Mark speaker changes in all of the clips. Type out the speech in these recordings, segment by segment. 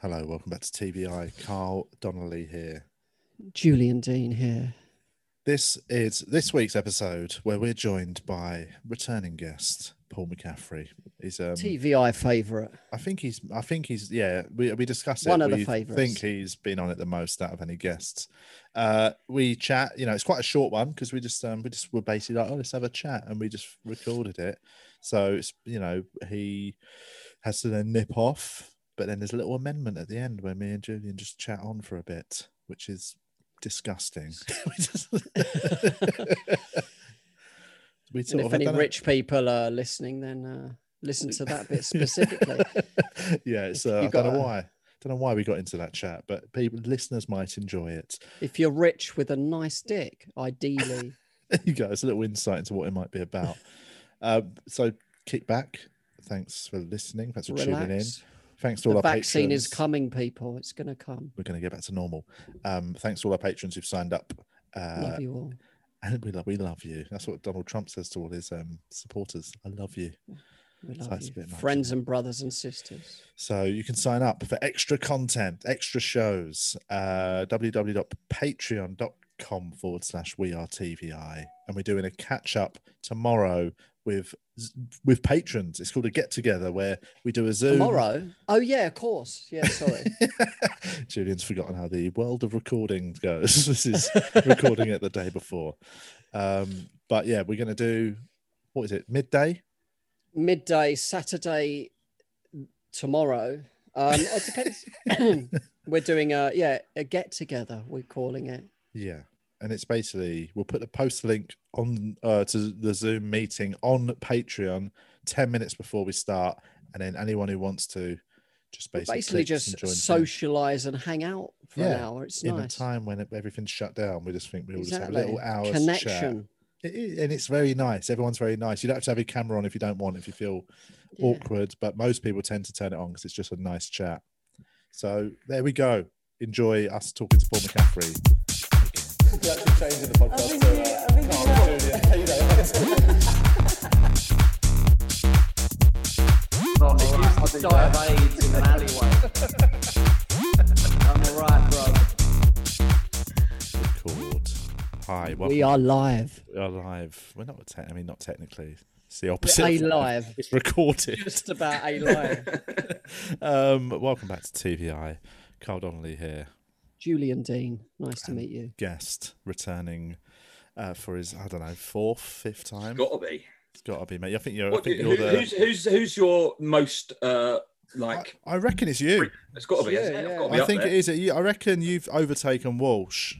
Speaker 1: Hello, welcome back to TBI. Carl Donnelly here.
Speaker 2: Julian Dean here.
Speaker 1: This is this week's episode where we're joined by returning guest Paul McCaffrey. He's um,
Speaker 2: TVI favourite.
Speaker 1: I think he's I think he's yeah, we we discuss it.
Speaker 2: One of the
Speaker 1: we
Speaker 2: favourites.
Speaker 1: think he's been on it the most out of any guests. Uh we chat, you know, it's quite a short one because we just um we just were basically like, oh, let's have a chat and we just recorded it. So it's you know, he has to then nip off, but then there's a little amendment at the end where me and Julian just chat on for a bit, which is disgusting. we just we
Speaker 2: And
Speaker 1: sort
Speaker 2: if
Speaker 1: of- I
Speaker 2: any
Speaker 1: don't know.
Speaker 2: rich people are listening, then uh, listen to that bit specifically.
Speaker 1: yeah, it's, uh, I
Speaker 2: You've
Speaker 1: don't know
Speaker 2: got a-
Speaker 1: why. Don't know why we got into that chat, but people, listeners might enjoy it.
Speaker 2: if you're rich with a nice dick, ideally.
Speaker 1: There you go. It's a little insight into what it might be about. um, so kick back. Thanks for listening. Thanks for tuning in.
Speaker 2: relax.
Speaker 1: Thanks to all
Speaker 2: The
Speaker 1: our
Speaker 2: vaccine
Speaker 1: patrons.
Speaker 2: is coming, people. It's going to come.
Speaker 1: We're going to get back to normal. Um, thanks to all our patrons who've signed up. Uh,
Speaker 2: Love you all.
Speaker 1: and we love, we love you. That's what Donald Trump says to all his um, supporters. I love you.
Speaker 2: We
Speaker 1: so
Speaker 2: love
Speaker 1: it's a
Speaker 2: you.
Speaker 1: bit nice,
Speaker 2: Friends and brothers and sisters.
Speaker 1: So you can sign up for extra content, extra shows, uh, www.patreon.com forward slash we are TVI. And we're doing a catch up tomorrow with with patrons. It's called a get together where we do a Zoom.
Speaker 2: Tomorrow. Oh, yeah, of course. Yeah, sorry.
Speaker 1: Julian's forgotten how the world of recording goes. this is recording it the day before. Um, but yeah, we're going to do, what is it, midday?
Speaker 2: midday Saturday tomorrow. Um, it depends. We're doing a yeah a get together. We're calling it.
Speaker 1: Yeah. And it's basically we'll put the post link on uh, to the Zoom meeting on Patreon 10 minutes before we start. And then anyone who wants to just
Speaker 2: We're
Speaker 1: basically,
Speaker 2: Basically,
Speaker 1: clicks and
Speaker 2: just
Speaker 1: joins
Speaker 2: socialize and hang out for an
Speaker 1: Yeah,
Speaker 2: hour. It's
Speaker 1: in, in
Speaker 2: nice.
Speaker 1: a time when everything's shut down. We just think we'll just have a
Speaker 2: Exactly.
Speaker 1: little hours Chat.
Speaker 2: Connection.
Speaker 1: It is- and it's very nice. Everyone's very nice. You don't have to have your camera on if you don't want, if you feel
Speaker 2: Yeah.
Speaker 1: awkward, but most people tend to turn it on because it's just a nice chat. So there we go. Enjoy us talking to Paul McCaffrey.
Speaker 3: Not I used to die of AIDS in an alleyway. I'm alright, bro.
Speaker 1: Record. Hi, welcome
Speaker 2: We are live.
Speaker 1: We are live. We're not. Te- I mean, not technically. It's the
Speaker 2: We're
Speaker 1: opposite.
Speaker 2: A
Speaker 1: of live.
Speaker 2: live.
Speaker 1: It's recorded.
Speaker 2: Just about a live.
Speaker 1: um, welcome back to TVI. Carl Donnelly here,
Speaker 2: Julian Dean, nice to meet you.
Speaker 1: guest returning uh, for his I don't know fourth, fifth time.
Speaker 4: Got to be.
Speaker 1: It's got to be, mate. I think you're. I
Speaker 4: What,
Speaker 1: think
Speaker 4: who,
Speaker 1: you're
Speaker 4: who's,
Speaker 1: the.
Speaker 4: who's who's your most uh like?
Speaker 1: I reckon it's you.
Speaker 4: It's got to be.
Speaker 2: Yeah,
Speaker 4: hasn't it? It's
Speaker 2: yeah.
Speaker 4: gotta be
Speaker 1: I
Speaker 4: up
Speaker 1: think
Speaker 4: there.
Speaker 1: it is. You. I reckon you've overtaken Walsh,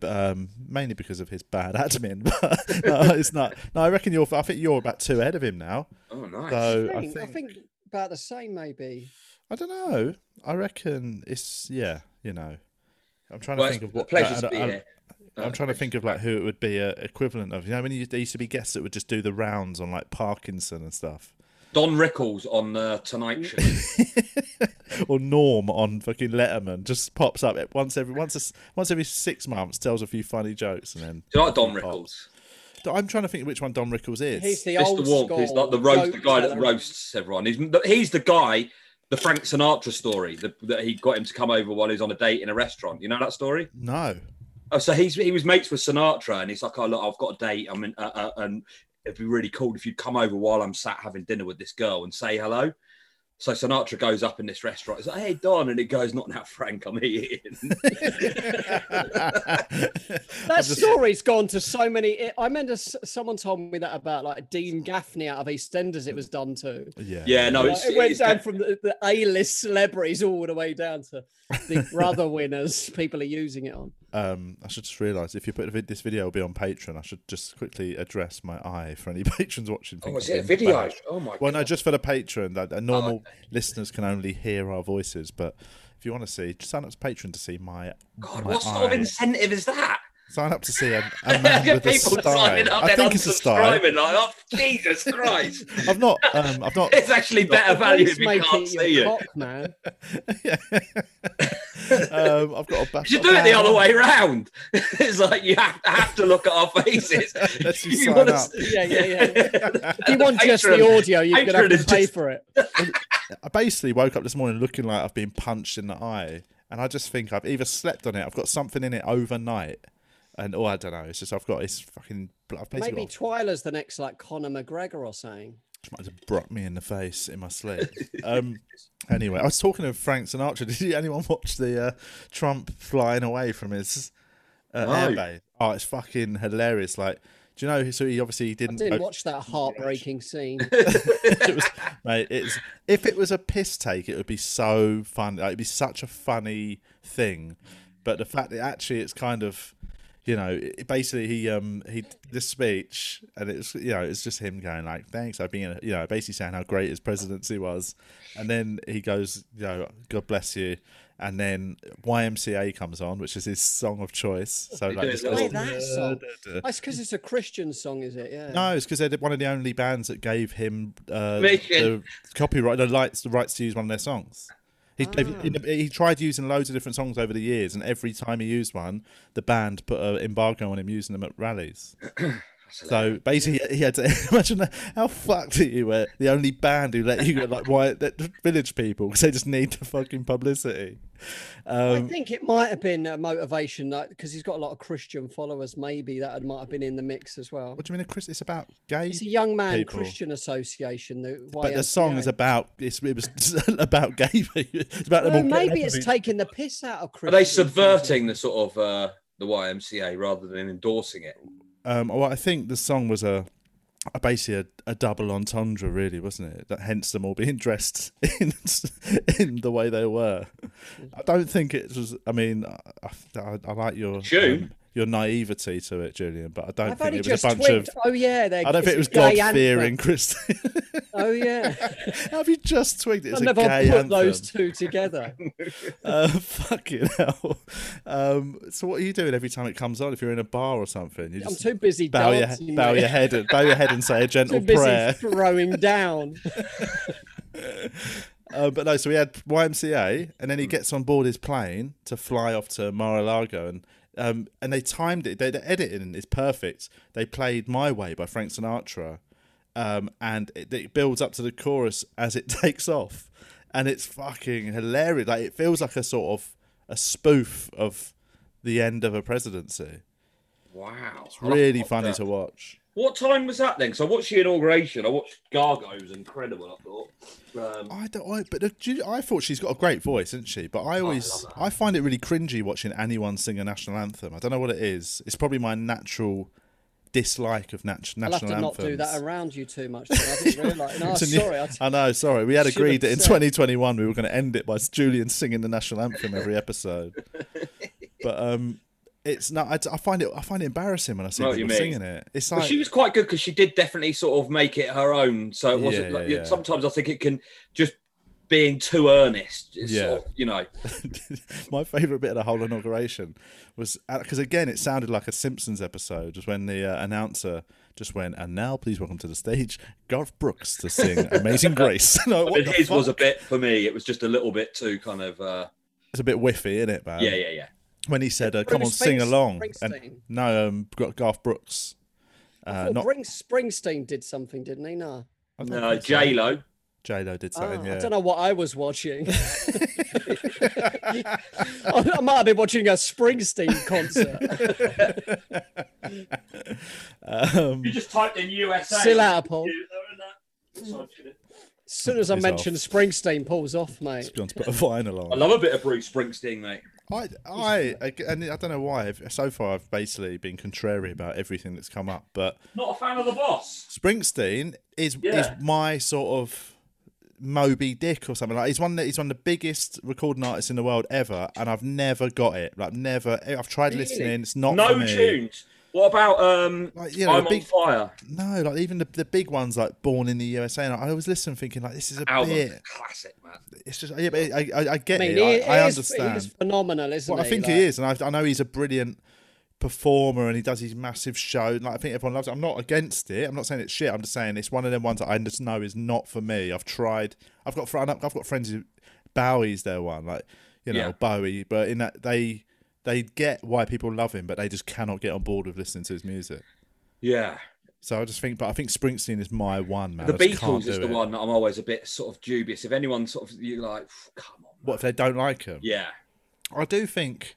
Speaker 1: but, um, mainly because of his bad admin. But no, it's not. No, I reckon you're. I think you're about two ahead of him now.
Speaker 4: Oh, nice.
Speaker 1: So
Speaker 2: I think, I think about the same, maybe.
Speaker 1: I don't know. I reckon it's yeah. You know, I'm trying
Speaker 4: well,
Speaker 1: to
Speaker 4: it's
Speaker 1: think of
Speaker 4: a
Speaker 1: what.
Speaker 4: pleasure
Speaker 1: I- I-
Speaker 4: to be
Speaker 1: I-
Speaker 4: here.
Speaker 1: I'm trying to think of like who it would be a equivalent of. You know, when you, there used to be guests that would just do the rounds on like Parkinson and stuff,
Speaker 4: Don Rickles on uh, Tonight Show.
Speaker 1: or Norm on fucking Letterman just pops up at once every once a s once every six months, tells a few funny jokes, and then.
Speaker 4: Do you like Don
Speaker 1: he pops.
Speaker 4: Rickles?
Speaker 1: I'm trying to think which one Don Rickles is.
Speaker 2: He's the
Speaker 4: Mr.
Speaker 2: old
Speaker 4: Wong,
Speaker 2: school.
Speaker 4: who's like the roast, the
Speaker 2: joke
Speaker 4: guy that
Speaker 2: teller.
Speaker 4: roasts everyone. He's he's the guy. The Frank Sinatra story the, that he got him to come over while he was on a date in a restaurant. You know that story?
Speaker 1: no.
Speaker 4: Oh, so he's he was mates with Sinatra, and he's like, "Oh look, I've got a date. I'm in, uh, uh, and it'd be really cool if you'd come over while I'm sat having dinner with this girl and say hello." So Sinatra goes up in this restaurant. He's like, "Hey Don," and it goes, "Not now, Frank. I'm eating."
Speaker 2: That
Speaker 1: that
Speaker 2: story's gone to so many. I remember s- someone told me that about like Dean Gaffney out of EastEnders. It was done to.
Speaker 1: Yeah.
Speaker 4: yeah, no,
Speaker 2: Like,
Speaker 4: Oh, it's,
Speaker 2: it went
Speaker 4: it's-
Speaker 2: down from the, the A-list celebrities all the way down to the brother winners. People are using it on.
Speaker 1: Um, I should just realise if you put a vid- this video will be on Patreon. I should just quickly address my eye for any patrons watching.
Speaker 4: Oh,
Speaker 1: think
Speaker 4: is
Speaker 1: I've
Speaker 4: it a
Speaker 1: been
Speaker 4: video?
Speaker 1: banned.
Speaker 4: Oh my
Speaker 1: Well, no,
Speaker 4: God. Oh,
Speaker 1: just for the patron. That, that normal listeners can only hear our voices, but if you want to see, just sign up to Patreon to see my.
Speaker 4: God,
Speaker 1: my
Speaker 4: what sort of
Speaker 1: eye.
Speaker 4: incentive is that?
Speaker 1: Sign up to see a, a man with a
Speaker 4: People signing
Speaker 1: style.
Speaker 4: up,
Speaker 1: I
Speaker 4: then
Speaker 1: think it's a style.
Speaker 4: unsubscribing. Like, oh, Jesus Christ,
Speaker 1: I've not. Um, I've not.
Speaker 4: it's actually better value
Speaker 2: Please
Speaker 4: if you
Speaker 2: make
Speaker 4: can't
Speaker 2: it your
Speaker 4: see it.
Speaker 2: cock, man.
Speaker 1: um, I've got a bash.
Speaker 4: You should do it the other way round. it's like you have, have to look at our faces.
Speaker 1: Let's just
Speaker 4: You
Speaker 1: sign
Speaker 4: wanna
Speaker 1: up.
Speaker 4: s-
Speaker 2: Yeah, yeah, yeah. If you
Speaker 4: The
Speaker 2: want just the
Speaker 4: patron-
Speaker 2: audio, you're going to have
Speaker 4: Patron
Speaker 2: to
Speaker 4: is
Speaker 2: pay
Speaker 4: just-
Speaker 2: for it.
Speaker 1: I basically woke up this morning looking like I've been punched in the eye, and I just think I've either slept on it, I've got something in it overnight, and oh, I don't know. It's just I've got it's fucking. I've basically
Speaker 2: Maybe
Speaker 1: got a
Speaker 2: Twyla's the next like Conor McGregor or something.
Speaker 1: f- might have brought me in the face in my sleep. Um, anyway, I was talking to Frank Sinatra. Did you- anyone watch the uh, Trump flying away from his uh,
Speaker 4: No.
Speaker 1: airbase? Oh, it's fucking hilarious. Like, do you know? So he obviously
Speaker 2: I
Speaker 1: didn't.
Speaker 2: didn't
Speaker 1: vote-
Speaker 2: watch that heartbreaking scene.
Speaker 1: it was, mate, it's if it was a piss take, it would be so fun. Like, it'd be such a funny thing. But the fact that actually it's kind of, you know, it, basically he um he did this speech and it's you know it's just him going like thanks I've been you know basically saying how great his presidency was, and then he goes you know God bless you. And then YMCA comes on, which is his song of choice. So like,
Speaker 4: does
Speaker 1: just
Speaker 4: it
Speaker 1: goes,
Speaker 2: all. That song.
Speaker 1: "Da, da, da."
Speaker 2: That's because it's a Christian song, is it? Yeah.
Speaker 1: No, it's because they're one of the only bands that gave him uh, the
Speaker 4: Permission.
Speaker 1: copyright, the rights, the rights to use one of their songs. He,
Speaker 2: Ah.
Speaker 1: he tried using loads of different songs over the years, and every time he used one, the band put an embargo on him using them at rallies. so basically, he had to imagine that, how fucked are you were the only band who let you like why that the village people because they just need the fucking publicity.
Speaker 2: I
Speaker 1: Um,
Speaker 2: think it might have been a motivation because he's got a lot of Christian followers. Maybe that might have been in the mix as well.
Speaker 1: what do you mean, Chris? It's about gay
Speaker 2: It's a young man
Speaker 1: people.
Speaker 2: Christian association. The
Speaker 1: But the song is
Speaker 2: YMCA.
Speaker 1: about it's, it was about gay people. It's about
Speaker 2: Well,
Speaker 1: them all. getting
Speaker 2: maybe it's
Speaker 1: everything.
Speaker 2: taking the piss out of
Speaker 4: Are
Speaker 2: Christian.
Speaker 4: they subverting the sort of uh, the YMCA rather than endorsing it?
Speaker 1: um, well, I think the song was a, a basically a, a double entendre, really, wasn't it? That hence them all being dressed in in the way they were. I don't think it was. I mean, I, I, I like your
Speaker 4: June.
Speaker 1: um, your naivety to it, Julian, but I don't
Speaker 2: I've
Speaker 1: think
Speaker 2: only
Speaker 1: it was
Speaker 2: just
Speaker 1: a bunch
Speaker 2: twigged.
Speaker 1: of.
Speaker 2: Oh yeah, they're,
Speaker 1: I don't
Speaker 2: it's
Speaker 1: think it was
Speaker 2: a gay
Speaker 1: God fearing
Speaker 2: anthem.
Speaker 1: Christian.
Speaker 2: Oh yeah,
Speaker 1: Have you just twigged it? It's
Speaker 2: I
Speaker 1: a
Speaker 2: never put
Speaker 1: gay anthem.
Speaker 2: those two together.
Speaker 1: uh, fucking hell. Um, so what are you doing every time it comes on? If you're in a bar or something, you
Speaker 2: I'm
Speaker 1: just
Speaker 2: too busy
Speaker 1: bow your
Speaker 2: dancing.
Speaker 1: bow
Speaker 2: mate.
Speaker 1: your head and bow your head and say a
Speaker 2: Too
Speaker 1: gentle
Speaker 2: busy
Speaker 1: prayer.
Speaker 2: throwing down.
Speaker 1: Uh, but no, so he had YMCA, and then he gets on board his plane to fly off to Mar-a-Lago, and um, and they timed it. They, the editing is perfect. They played "My Way" by Frank Sinatra, um, and it, it builds up to the chorus as it takes off, and it's fucking hilarious. Like it feels like a sort of a spoof of the end of a presidency.
Speaker 4: Wow, it's
Speaker 1: Really funny to watch.
Speaker 4: What time was that then? Because I watched the inauguration. I watched Gargo. It was incredible. I thought. Um,
Speaker 1: I don't. I, but the- do you- I thought she's got a great voice, isn't she? But I always,
Speaker 4: Oh, love her.
Speaker 1: I find it really cringy watching anyone sing a national anthem. I don't know what it is. It's probably my natural dislike of nat-
Speaker 2: I'll
Speaker 1: national
Speaker 2: have to
Speaker 1: anthems.
Speaker 2: not do that around you too much. then. I didn't realise. No,
Speaker 1: It's a new- Ah,
Speaker 2: sorry. I t-
Speaker 1: I know. Sorry, we had
Speaker 2: Should
Speaker 1: agreed that in
Speaker 2: have said.
Speaker 1: 2021 we were going to end it by Julian singing the national anthem every episode. but um, it's not. I, I find it. I find it embarrassing when I see
Speaker 4: Know what you
Speaker 1: people
Speaker 4: mean.
Speaker 1: singing it. It's like
Speaker 4: well, she was quite good because she did definitely sort of make it her own. So it
Speaker 1: Yeah,
Speaker 4: wasn't. like,
Speaker 1: yeah, yeah.
Speaker 4: Sometimes I think it can just being too earnest. It's
Speaker 1: Yeah.
Speaker 4: Sort of, you know.
Speaker 1: my favorite bit of the whole inauguration was because again it sounded like a simpsons episode was when the uh, announcer just went and now please welcome to the stage garth brooks to sing amazing grace no, what
Speaker 4: But
Speaker 1: the
Speaker 4: his was a
Speaker 1: fuck?
Speaker 4: bit for me. It was just a little bit too kind of. Uh,
Speaker 1: it's a bit whiffy isn't it man
Speaker 4: yeah, yeah, yeah.
Speaker 1: when he said uh, come on
Speaker 2: Bruce
Speaker 1: sing
Speaker 2: Springs-
Speaker 1: along and
Speaker 2: Springsteen.
Speaker 1: no um Gar- garth brooks uh,
Speaker 2: well,
Speaker 1: not
Speaker 2: Bring- Springsteen did something, didn't he? No.
Speaker 4: No, J Lo.
Speaker 1: J Lo did
Speaker 2: Ah,
Speaker 1: something. yeah,
Speaker 2: I don't know what I was watching. I I might have been watching a Springsteen concert.
Speaker 1: Um,
Speaker 4: You just typed in USA.
Speaker 2: Still out of Paul.
Speaker 4: I
Speaker 2: As soon as I
Speaker 1: He's
Speaker 2: mention
Speaker 1: off.
Speaker 2: Springsteen, Paul's off, mate.
Speaker 1: just gone to put a vinyl on.
Speaker 4: love a bit of Bruce Springsteen, mate.
Speaker 1: I, I, ag- and I don't know why. I've, so far, I've basically been contrary about everything that's come up. But
Speaker 4: Not a fan of the boss.
Speaker 1: Springsteen is is
Speaker 4: Yeah.
Speaker 1: my sort of Moby Dick or something like. He's one that he's one of the biggest recording artists in the world ever, and I've never got it. Like never, I've tried
Speaker 4: Really?
Speaker 1: listening. It's not for
Speaker 4: No
Speaker 1: me.
Speaker 4: tunes. What about um?
Speaker 1: Like, you know,
Speaker 4: I'm
Speaker 1: big-
Speaker 4: on fire.
Speaker 1: No, like even the, the big ones like Born in the USA, and I always listen thinking like this is a
Speaker 4: Album
Speaker 1: bit.
Speaker 4: classic, man.
Speaker 1: It's just yeah, but I I, I get
Speaker 2: I mean,
Speaker 1: it. I,
Speaker 2: he,
Speaker 1: I
Speaker 2: he is- he
Speaker 1: understand.
Speaker 2: is phenomenal, isn't
Speaker 1: Well, I
Speaker 2: he?
Speaker 1: think
Speaker 2: Like,
Speaker 1: he is, and I've, I know he's a brilliant performer, and he does his massive show. And like, I think everyone loves it. I'm not against it. I'm not saying it's shit. I'm just saying it's one of them ones that I just know is not for me. I've tried. I've got fr- I've got friends who Bowie's their one. Like you know
Speaker 4: Yeah.
Speaker 1: Bowie, but in that they they get why people love him, but they just cannot get on board with listening to his music.
Speaker 4: Yeah.
Speaker 1: So I just think, but I think Springsteen is my one man.
Speaker 4: the
Speaker 1: I just can't
Speaker 4: Beatles is
Speaker 1: do
Speaker 4: the
Speaker 1: it.
Speaker 4: one that I'm always a bit sort of dubious. If anyone sort of you like, "Phew, come on.
Speaker 1: What if they don't like him?
Speaker 4: Yeah.
Speaker 1: I do think.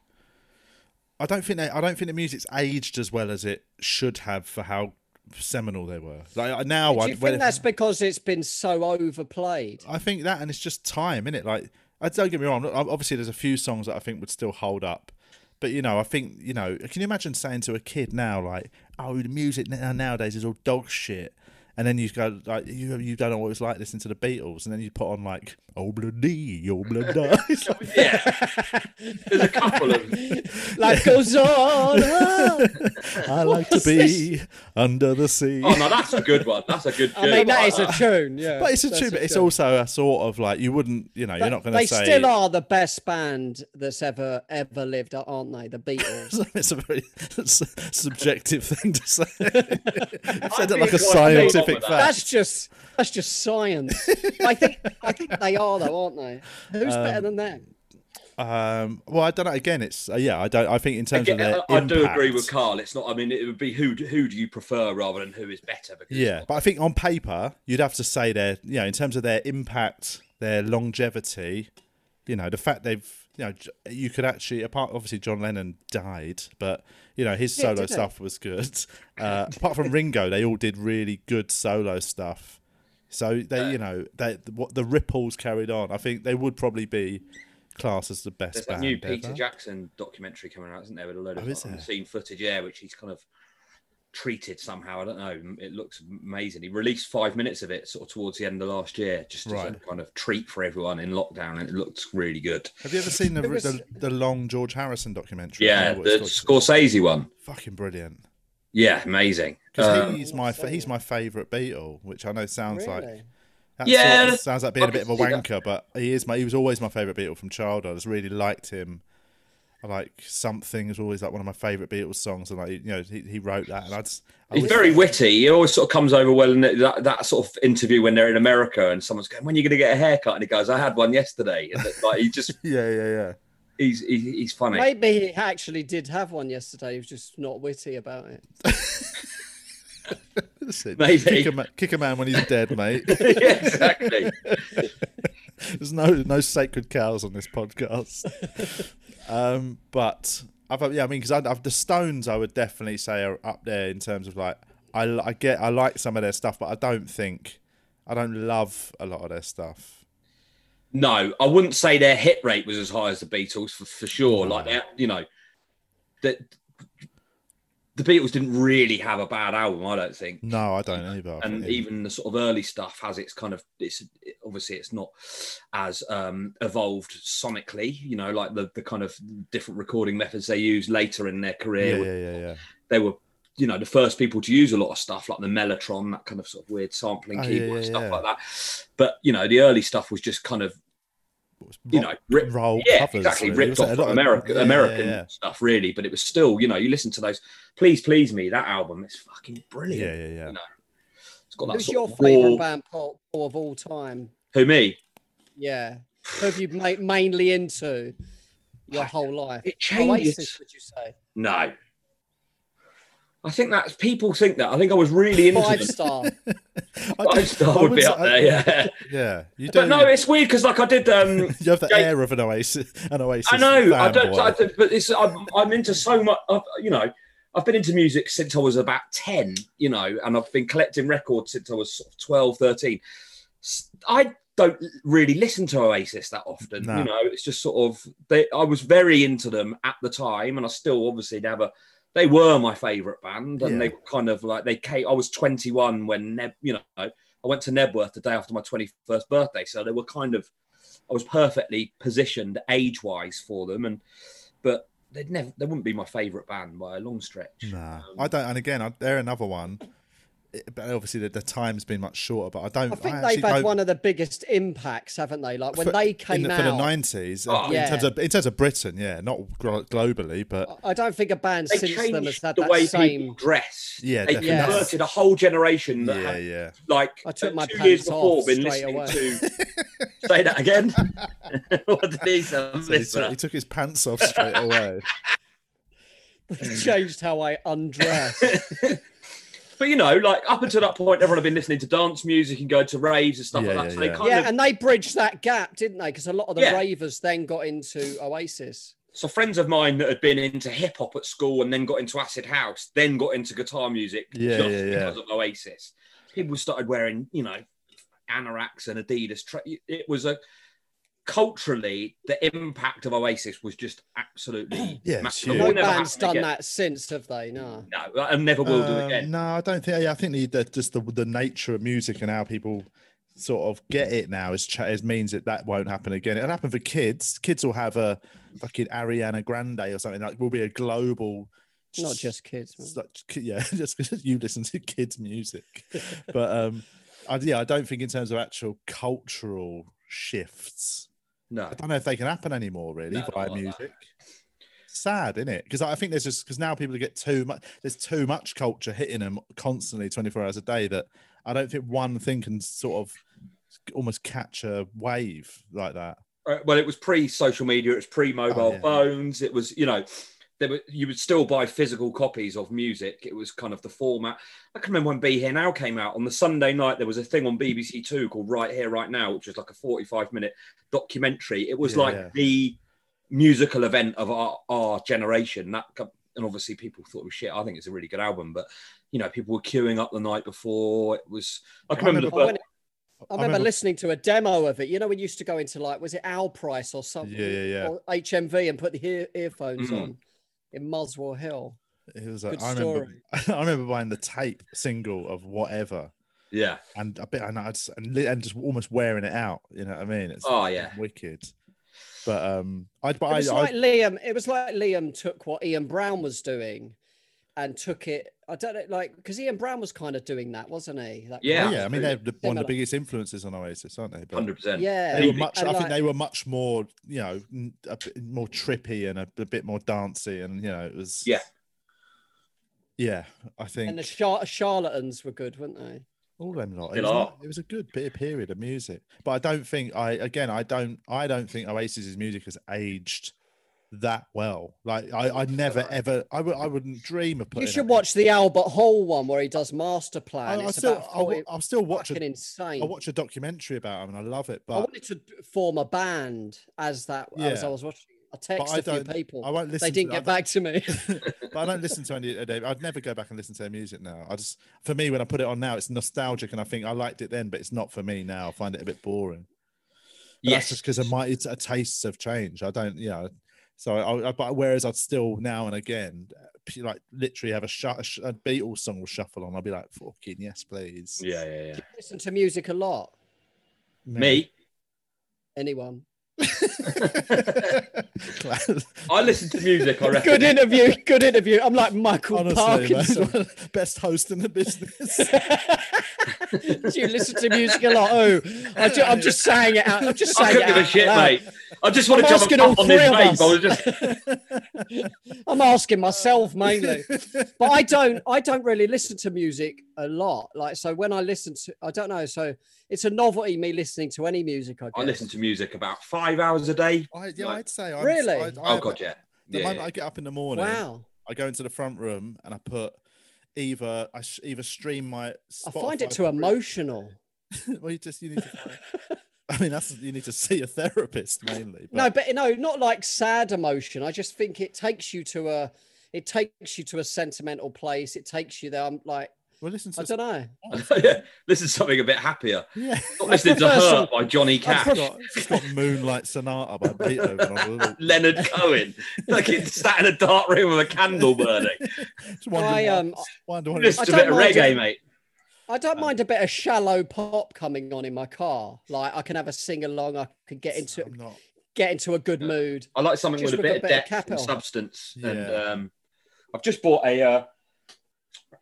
Speaker 1: I don't think they, I don't think the music's aged as well as it should have for how seminal they were. Like I- now,
Speaker 2: Do
Speaker 1: I
Speaker 2: you think that's because it's been so overplayed?
Speaker 1: I think that, and it's just time, innit? Like, I don't get me wrong. ob- Obviously, there's a few songs that I think would still hold up, but you know, I think you know, can you imagine saying to a kid now, like, "Oh, the music now nowadays is all dog shit," and then you go like, "You you don't know what it was like listening to the Beatles," and then you put on like, "Oh bloody, oh bloody," It's like,
Speaker 4: Yeah. There's a couple of
Speaker 2: Life goes on. oh.
Speaker 1: I like to
Speaker 2: What's this?
Speaker 1: be under the sea.
Speaker 4: Oh no, that's a good one. That's a good
Speaker 2: I
Speaker 4: tune.
Speaker 2: mean, that is a tune. Yeah,
Speaker 1: But it's a
Speaker 2: that's
Speaker 1: tune, but it's also a sort of like you wouldn't, you know, you're not going
Speaker 2: They
Speaker 1: to say
Speaker 2: still are the best band that's ever ever lived, aren't they? The Beatles.
Speaker 1: So it's a very s- subjective thing to say. You said it
Speaker 4: being
Speaker 1: like a
Speaker 4: quite laid on with
Speaker 1: scientific
Speaker 4: that.
Speaker 1: fact.
Speaker 2: That's just that's just science. I think I think they are though, aren't they? Who's better than them?
Speaker 1: Um, well, I don't know. Again, it's uh, yeah. I don't. I think in terms
Speaker 4: Again,
Speaker 1: of their
Speaker 4: I, I do agree
Speaker 1: impact-
Speaker 4: with Carl. It's not. I mean, it would be who do- who do you prefer rather than who is better. Because it's
Speaker 1: Yeah,
Speaker 4: not-
Speaker 1: but I think on paper you'd have to say their, you know, in terms of their impact, their longevity, you know, the fact they've, you know, j- you could actually apart obviously John Lennon died, but you know his
Speaker 2: Yeah,
Speaker 1: solo
Speaker 2: did they?
Speaker 1: stuff was good. Uh, apart from Ringo, they all did really good solo stuff. So they,
Speaker 4: Uh,
Speaker 1: you know, they what the ripples carried on. I think they would probably be classed as the best
Speaker 4: There's that
Speaker 1: band.
Speaker 4: new Peter
Speaker 1: ever.
Speaker 4: Jackson documentary coming out, isn't there? With a load
Speaker 1: Oh,
Speaker 4: of
Speaker 1: is there?
Speaker 4: unseen footage, yeah, which he's kind of treated somehow. I don't know. It looks amazing. He released five minutes of it sort of towards the end of last year, just as a
Speaker 1: Right.
Speaker 4: kind of treat for everyone in lockdown, and it looks really good.
Speaker 1: Have you ever seen the,
Speaker 2: There was-
Speaker 1: the the long George Harrison documentary? I
Speaker 4: Yeah,
Speaker 1: don't know what
Speaker 4: the
Speaker 1: it's called.
Speaker 4: Scorsese one.
Speaker 1: Fucking brilliant.
Speaker 4: Yeah, amazing.
Speaker 1: Because
Speaker 4: Um,
Speaker 1: he's my fa- he's my favourite Beatle, which I know sounds
Speaker 2: Really?
Speaker 1: like that
Speaker 4: Yeah,
Speaker 1: sort of sounds like being
Speaker 4: I
Speaker 1: a bit of
Speaker 4: can
Speaker 1: a
Speaker 4: see that.
Speaker 1: wanker, but he is my he was always my favourite Beatle from childhood. I just really liked him. I like something is always like one of my favourite Beatles songs, and like you know he, he wrote that, and I just I
Speaker 4: He's
Speaker 1: was-
Speaker 4: very witty. He always sort of comes over well in that, that sort of interview when they're in America and someone's going, "When are you going to get a haircut?" And he goes, "I had one yesterday." And that, like he just
Speaker 1: yeah yeah yeah.
Speaker 4: he's he, he's funny.
Speaker 2: Maybe he actually did have one yesterday. He was just not witty about it.
Speaker 1: Listen,
Speaker 4: Maybe.
Speaker 1: kick a, ma- kick a man when he's dead, mate.
Speaker 4: yeah, exactly.
Speaker 1: There's no no sacred cows on this podcast. um, but I've yeah, I mean, because I've the Stones, I would definitely say are up there in terms of like I, li- I get I like some of their stuff, but I don't think I don't love a lot of their stuff.
Speaker 4: No, I wouldn't say their hit rate was as high as the Beatles for, for sure. Like that, you know, that the Beatles didn't really have a bad album, I don't think.
Speaker 1: No, I don't either. I
Speaker 4: and
Speaker 1: think-
Speaker 4: even the sort of early stuff has its kind of it's it- obviously it's not as um evolved sonically you know like the, the kind of different recording methods they used later in their
Speaker 1: yeah,
Speaker 4: career
Speaker 1: yeah, yeah, yeah.
Speaker 4: they were you know the first people to use a lot of stuff like the mellotron that kind of sort of weird sampling
Speaker 1: Oh, yeah,
Speaker 4: keyboard
Speaker 1: yeah,
Speaker 4: stuff
Speaker 1: yeah.
Speaker 4: like that but you know the early stuff was just kind of
Speaker 1: It was
Speaker 4: you
Speaker 1: rock
Speaker 4: know rip,
Speaker 1: and roll
Speaker 4: yeah,
Speaker 1: covers,
Speaker 4: exactly.
Speaker 1: really,
Speaker 4: Ripped
Speaker 1: wasn't
Speaker 4: off
Speaker 1: it? A lot of-
Speaker 4: America,
Speaker 1: yeah, yeah,
Speaker 4: American
Speaker 1: yeah.
Speaker 4: stuff, really. But it was still, you know, you listen to those. Please, please me. That album is fucking brilliant.
Speaker 1: Yeah, yeah, yeah.
Speaker 4: You know, it's got that
Speaker 2: Who's
Speaker 4: sort
Speaker 2: your
Speaker 4: of
Speaker 2: favourite
Speaker 4: raw-
Speaker 2: band Paul, of all time?
Speaker 4: Who me?
Speaker 2: Yeah. Who have you ma- mainly into your whole life?
Speaker 4: It changes.
Speaker 2: Oasis, would you say?
Speaker 4: No. I think that's people think that. I think I was really into
Speaker 2: Five
Speaker 4: them.
Speaker 2: star.
Speaker 1: I
Speaker 4: Five
Speaker 1: don't-
Speaker 4: star
Speaker 1: I
Speaker 4: would be
Speaker 1: wouldn't
Speaker 4: up
Speaker 1: say-
Speaker 4: there, yeah.
Speaker 1: Yeah, you do.
Speaker 4: But no, it's weird because like I did. Um,
Speaker 1: you have the
Speaker 4: Jake-
Speaker 1: air of an oasis. An oasis.
Speaker 4: I know. I
Speaker 1: fanboy.
Speaker 4: don't. I, don't- but it's, I'm, I'm into so much. I've, you know, I've been into music since I was about ten. You know, and I've been collecting records since I was sort of 12, 13. S- I don't really listen to Oasis that often.
Speaker 1: No.
Speaker 4: You know, it's just sort of they. I was very into them at the time, and I still obviously never. They were my favourite band, and
Speaker 1: Yeah.
Speaker 4: they kind of like they came. I was twenty one when Neb, you know, I went to Nebworth the day after my twenty first birthday, so they were kind of I was perfectly positioned age wise for them, and but they'd never they wouldn't be my favourite band by a long stretch.
Speaker 1: Nah, I don't. And again, I, they're another one it- but obviously the, the time's been much shorter. But I don't.
Speaker 2: I think
Speaker 1: I
Speaker 2: they've
Speaker 1: actually
Speaker 2: had
Speaker 1: don't-
Speaker 2: one of the biggest impacts, haven't they? Like when
Speaker 1: for-
Speaker 2: they
Speaker 1: in
Speaker 2: came
Speaker 1: the,
Speaker 2: out,
Speaker 1: for the nineties uh,
Speaker 4: Oh,
Speaker 1: in
Speaker 2: yeah.
Speaker 1: terms of in terms of Britain, yeah, not glo- globally,
Speaker 4: Oh,
Speaker 1: but
Speaker 2: I don't think a band
Speaker 4: They
Speaker 2: since them has
Speaker 4: changed
Speaker 2: had
Speaker 4: the
Speaker 2: that
Speaker 4: way
Speaker 2: same.
Speaker 4: people dress.
Speaker 1: Yeah,
Speaker 4: they
Speaker 1: definitely.
Speaker 4: converted a whole generation that
Speaker 1: yeah,
Speaker 4: had,
Speaker 1: yeah.
Speaker 4: like
Speaker 2: I took
Speaker 4: uh,
Speaker 2: my
Speaker 4: two
Speaker 2: pants
Speaker 4: years
Speaker 2: off
Speaker 4: before been
Speaker 2: straight
Speaker 4: listening
Speaker 2: away.
Speaker 4: to. Say that again. what did he say?
Speaker 1: So he, took, he took his pants off straight away.
Speaker 2: They changed how I undress.
Speaker 4: But you know, like up until that point, everyone had been listening to dance music and going to raves and stuff
Speaker 1: Yeah,
Speaker 4: like that.
Speaker 1: yeah,
Speaker 4: so they
Speaker 1: yeah.
Speaker 4: kind
Speaker 2: yeah,
Speaker 4: of
Speaker 2: and they bridged that gap, didn't they? Because a lot of the
Speaker 4: Yeah.
Speaker 2: ravers then got into Oasis.
Speaker 4: so friends of mine that had been into hip hop at school and then got into acid house, then got into guitar music
Speaker 1: Yeah,
Speaker 4: just
Speaker 1: yeah, yeah.
Speaker 4: because of Oasis. People started wearing, you know, anoraks and Adidas. Tra- It was a culturally the impact of Oasis was just absolutely
Speaker 1: Yeah, it's
Speaker 4: massive. It
Speaker 1: huge.
Speaker 4: will
Speaker 2: No
Speaker 4: never
Speaker 2: band's
Speaker 4: happen
Speaker 2: done
Speaker 4: again.
Speaker 2: that since, have they? No.
Speaker 4: No, and never will do
Speaker 1: Um,
Speaker 4: again.
Speaker 1: No, I don't think. Yeah, I think the, the just the, the nature of music and how people sort of get it now is, cha- is means that that won't happen again. It'll happen for kids. Kids will have a fucking Ariana Grande or something like. Will be a global.
Speaker 2: Not just kids. Man.
Speaker 1: It's like, ki- yeah, just because you listen to kids' music. but um, I, yeah, I don't think in terms of actual cultural shifts,
Speaker 4: No,
Speaker 1: I don't know if they can happen anymore, really,
Speaker 4: No,
Speaker 1: via
Speaker 4: not like that.
Speaker 1: music. Sad, isn't it? Because I think there's just because now people get too much. There's too much culture hitting them constantly, 24 hours a day. That I don't think one thing can sort of almost catch a wave like that.
Speaker 4: Uh, well, it was pre-social media. It was pre-mobile
Speaker 1: Oh, yeah.
Speaker 4: phones. It was, you know, there were you would still buy physical copies of music. It was kind of the format. I can remember when Be Here Now came out on the Sunday night. There was a thing on BBC Two called Right Here Right Now, which was like a forty-five minute documentary. It was
Speaker 1: Yeah,
Speaker 4: like
Speaker 1: yeah.
Speaker 4: the musical event of our, our generation. That co- and obviously people thought it was shit. I think it's a really good album, but you know, people were queuing up the night before. It was. I can
Speaker 1: I
Speaker 4: remember. the
Speaker 1: remember-
Speaker 2: I
Speaker 4: first-
Speaker 2: went I remember, listening to a demo of it. You know, when you used to go into like, was it Al Price or something?
Speaker 1: Yeah, yeah, yeah.
Speaker 2: Or HMV and put the ear- earphones
Speaker 4: Mhm.
Speaker 2: on in Muswell Hill.
Speaker 1: It was like,
Speaker 2: Good
Speaker 1: I remember. I remember buying the tape single of whatever,
Speaker 4: yeah.
Speaker 1: and a bit, and I just and, li- and just almost wearing it out. You know what I mean? It's
Speaker 4: Oh yeah.
Speaker 1: wicked. But um, I but
Speaker 2: It was
Speaker 1: I,
Speaker 2: like
Speaker 1: I
Speaker 2: Liam. It was like Liam took what Ian Brown was doing, and took it. I don't know, like because Ian Brown was kind of doing that, wasn't he? That
Speaker 4: Yeah.
Speaker 1: yeah, I mean they're the, one of
Speaker 2: Similar.
Speaker 1: the biggest influences on Oasis, aren't they? But
Speaker 4: Hundred percent.
Speaker 2: Yeah.
Speaker 1: they were
Speaker 4: Completely.
Speaker 1: much. I
Speaker 2: And
Speaker 1: think
Speaker 2: like-
Speaker 1: they were much more, you know, n- a bit more trippy and a, a bit more dancey, and you know, it was.
Speaker 4: Yeah.
Speaker 1: Yeah, I think
Speaker 2: And the char- charlatans were good, weren't they?
Speaker 1: all them lot. It
Speaker 4: Still
Speaker 1: was,
Speaker 4: are.
Speaker 1: ni- it was a good bit of period of music, but I don't think I again I don't I don't think Oasis's music has aged that well. Like I I never ever I would I wouldn't dream of putting.
Speaker 2: You should
Speaker 1: it-
Speaker 2: watch the Albert Hall one where he does master
Speaker 1: I,
Speaker 2: plan.
Speaker 1: I
Speaker 2: it's
Speaker 1: still
Speaker 2: about
Speaker 1: I'll,
Speaker 2: 40
Speaker 1: wa- I'll still watch
Speaker 2: fucking
Speaker 1: a,
Speaker 2: insane.
Speaker 1: I'll watch a documentary about him and I love it,
Speaker 2: I
Speaker 1: but
Speaker 2: wanted to d- form a band as that as
Speaker 1: Yeah.
Speaker 2: I was watching. I texted
Speaker 1: I
Speaker 2: a few
Speaker 1: don't- I
Speaker 2: people.
Speaker 1: won't listen.
Speaker 2: They didn't
Speaker 1: to, I
Speaker 2: get back to me.
Speaker 1: but I don't listen to any. of their- I'd never go back and listen to their music now. I just, for me, when I put it on now, it's nostalgic, and I think I liked it then, but it's not for me now. I find it a bit boring. But that's
Speaker 4: Yes.
Speaker 1: just because my it's, uh, tastes have changed. I don't, you know. So, I, I, but whereas I'd still now and again, uh, p- like literally have a, sh- a, sh- a Beatles song will shuffle on. I'll be like, fucking yes, please.
Speaker 4: Yeah, yeah, yeah.
Speaker 2: Listen to music a lot.
Speaker 4: Me,
Speaker 2: Anyone?
Speaker 4: I listen to music. I reckon.
Speaker 2: Good interview. Good interview. I'm like Michael
Speaker 1: Honestly,
Speaker 2: Parkinson.
Speaker 1: mate, best host in the business.
Speaker 2: do you listen to music a lot? Oh, I ju- I'm just saying it out. I'm just
Speaker 4: I
Speaker 2: saying it
Speaker 4: couldn't give a
Speaker 2: out
Speaker 4: shit,
Speaker 2: loud.
Speaker 4: mate. I just want
Speaker 2: I'm
Speaker 4: to jump a
Speaker 2: asking
Speaker 4: pump
Speaker 2: all
Speaker 4: on this
Speaker 2: three of
Speaker 4: name.
Speaker 2: us.
Speaker 4: I was just
Speaker 2: I'm asking myself mainly, but I don't. I don't really listen to music a lot. Like so, when I listen to, I don't know. So it's a novelty me listening to any music. I, guess.
Speaker 4: I listen to music about five hours a day.
Speaker 1: I, yeah,
Speaker 4: Like-
Speaker 1: I'd say. I'm,
Speaker 2: Really?
Speaker 1: I, I
Speaker 4: Oh
Speaker 1: have-
Speaker 4: god, yeah.
Speaker 1: The
Speaker 4: Yeah,
Speaker 1: moment
Speaker 4: yeah.
Speaker 1: I get up in the morning,
Speaker 2: Wow.
Speaker 1: I go into the front room and I put either I sh- either stream my.
Speaker 2: I find it
Speaker 1: Spotify
Speaker 2: too
Speaker 1: pre-
Speaker 2: emotional.
Speaker 1: well, you just you need. To find- I mean, that's you need to see a therapist mainly. But
Speaker 2: no, but no, not like sad emotion. I just think it takes you to a, it takes you to a sentimental place. It takes you there. I'm like,
Speaker 1: well, listen to
Speaker 2: I don't know.
Speaker 4: yeah. This is something a bit happier.
Speaker 1: yeah.
Speaker 4: Not listening to
Speaker 2: prefer some-
Speaker 4: Hurt by Johnny
Speaker 1: It's
Speaker 4: Cash.
Speaker 1: got, it's got Moonlight Sonata by Beethoven on a little.
Speaker 4: Leonard Cohen, fucking sat in a dark room with a candle burning.
Speaker 1: Just wondering
Speaker 2: I,
Speaker 1: why-
Speaker 2: um,
Speaker 1: wonder why-
Speaker 4: Just a
Speaker 2: don't
Speaker 4: bit of
Speaker 2: mind
Speaker 4: reggae,
Speaker 2: it.
Speaker 4: mate.
Speaker 2: I don't mind a bit of shallow pop coming on in my car. Like I can have a sing along. I can get into
Speaker 1: I'm not.
Speaker 2: get into a good mood.
Speaker 4: I like something
Speaker 2: Just
Speaker 4: with a
Speaker 2: with a
Speaker 4: bit of
Speaker 2: bit of
Speaker 4: depth and um,
Speaker 2: capital.
Speaker 4: substance. And
Speaker 1: Yeah.
Speaker 4: um, I've just bought a. Uh,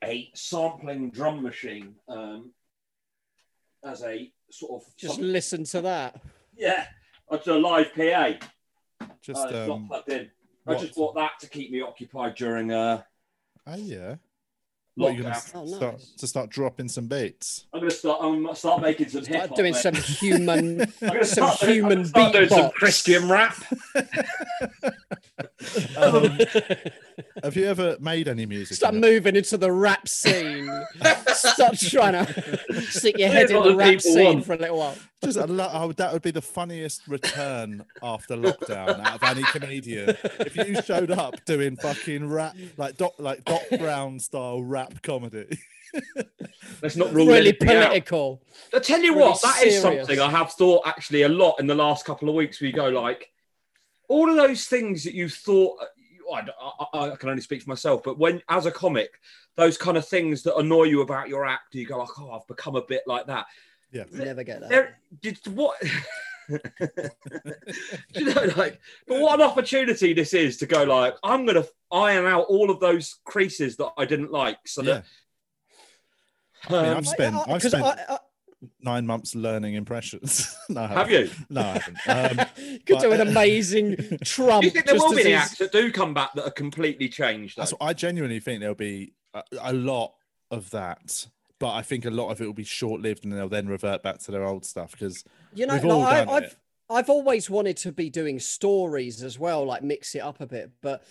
Speaker 4: a sampling drum machine um, as a sort of
Speaker 2: Just
Speaker 4: some-
Speaker 2: listen to that.
Speaker 4: yeah, I did a live PA.
Speaker 1: Just
Speaker 4: uh, it's not
Speaker 1: um,
Speaker 4: plugged in. I
Speaker 1: what-
Speaker 4: just bought that to keep me occupied during uh,
Speaker 1: oh yeah. What are you gonna
Speaker 4: lockdown.
Speaker 2: Oh,
Speaker 1: start
Speaker 2: nice.
Speaker 1: to start dropping some beats?
Speaker 4: I'm gonna start. I'm gonna start making some hip
Speaker 2: Start
Speaker 4: hop.
Speaker 2: doing some human,
Speaker 4: I'm gonna
Speaker 2: some
Speaker 4: start doing- I'm
Speaker 2: human
Speaker 4: gonna start doing some
Speaker 2: beatbox.
Speaker 4: Christian rap.
Speaker 1: Um, have you ever made any music?
Speaker 2: Start
Speaker 1: in
Speaker 2: moving into the rap scene. Start trying to stick your head
Speaker 4: Here's
Speaker 2: in
Speaker 4: what
Speaker 2: the
Speaker 4: the
Speaker 2: rap
Speaker 4: people
Speaker 2: scene
Speaker 4: want.
Speaker 2: for a little while.
Speaker 1: Just a lo- oh, that would be the funniest return after lockdown out of any comedian. If you showed up doing fucking rap, like Doc, like Doc Brown style rap comedy.
Speaker 4: Let's not rule
Speaker 2: Really
Speaker 4: anything out.
Speaker 2: political.
Speaker 4: I tell you
Speaker 2: Really
Speaker 4: what, that is
Speaker 2: serious.
Speaker 4: something I have thought actually a lot in the last couple of weeks. We go like all of those things that you thought. uh, I, I- I can only speak for myself, but when as a comic, those kind of things that annoy you about your act, you go like, "Oh, I've become a bit like that."
Speaker 2: Never get that.
Speaker 4: There, did what? Do you know, like, but what an opportunity this is to go like, I'm gonna iron out all of those creases that I didn't like, so
Speaker 1: Yeah,
Speaker 4: that
Speaker 1: I mean,
Speaker 4: um,
Speaker 1: I've spent
Speaker 2: I- I-
Speaker 1: I've
Speaker 2: 'cause
Speaker 1: spent
Speaker 2: I- I-
Speaker 1: nine months learning impressions. no, I
Speaker 4: have
Speaker 1: haven't.
Speaker 4: you?
Speaker 1: No, I haven't. Um,
Speaker 2: could do
Speaker 1: but-
Speaker 2: an amazing Trump.
Speaker 4: Do you think there
Speaker 2: Um, just
Speaker 4: will be
Speaker 2: as
Speaker 4: any
Speaker 2: he's-
Speaker 4: acts that do come back that are completely changed? though?
Speaker 1: that's what I genuinely think there'll be a, a lot of that, but I think a lot of it will be short lived, and they'll then revert back to their old stuff because
Speaker 2: You know,
Speaker 1: We've
Speaker 2: like,
Speaker 1: all
Speaker 2: I,
Speaker 1: done
Speaker 2: I've
Speaker 1: it.
Speaker 2: I've always wanted to be doing stories as well, like mix it up a bit. But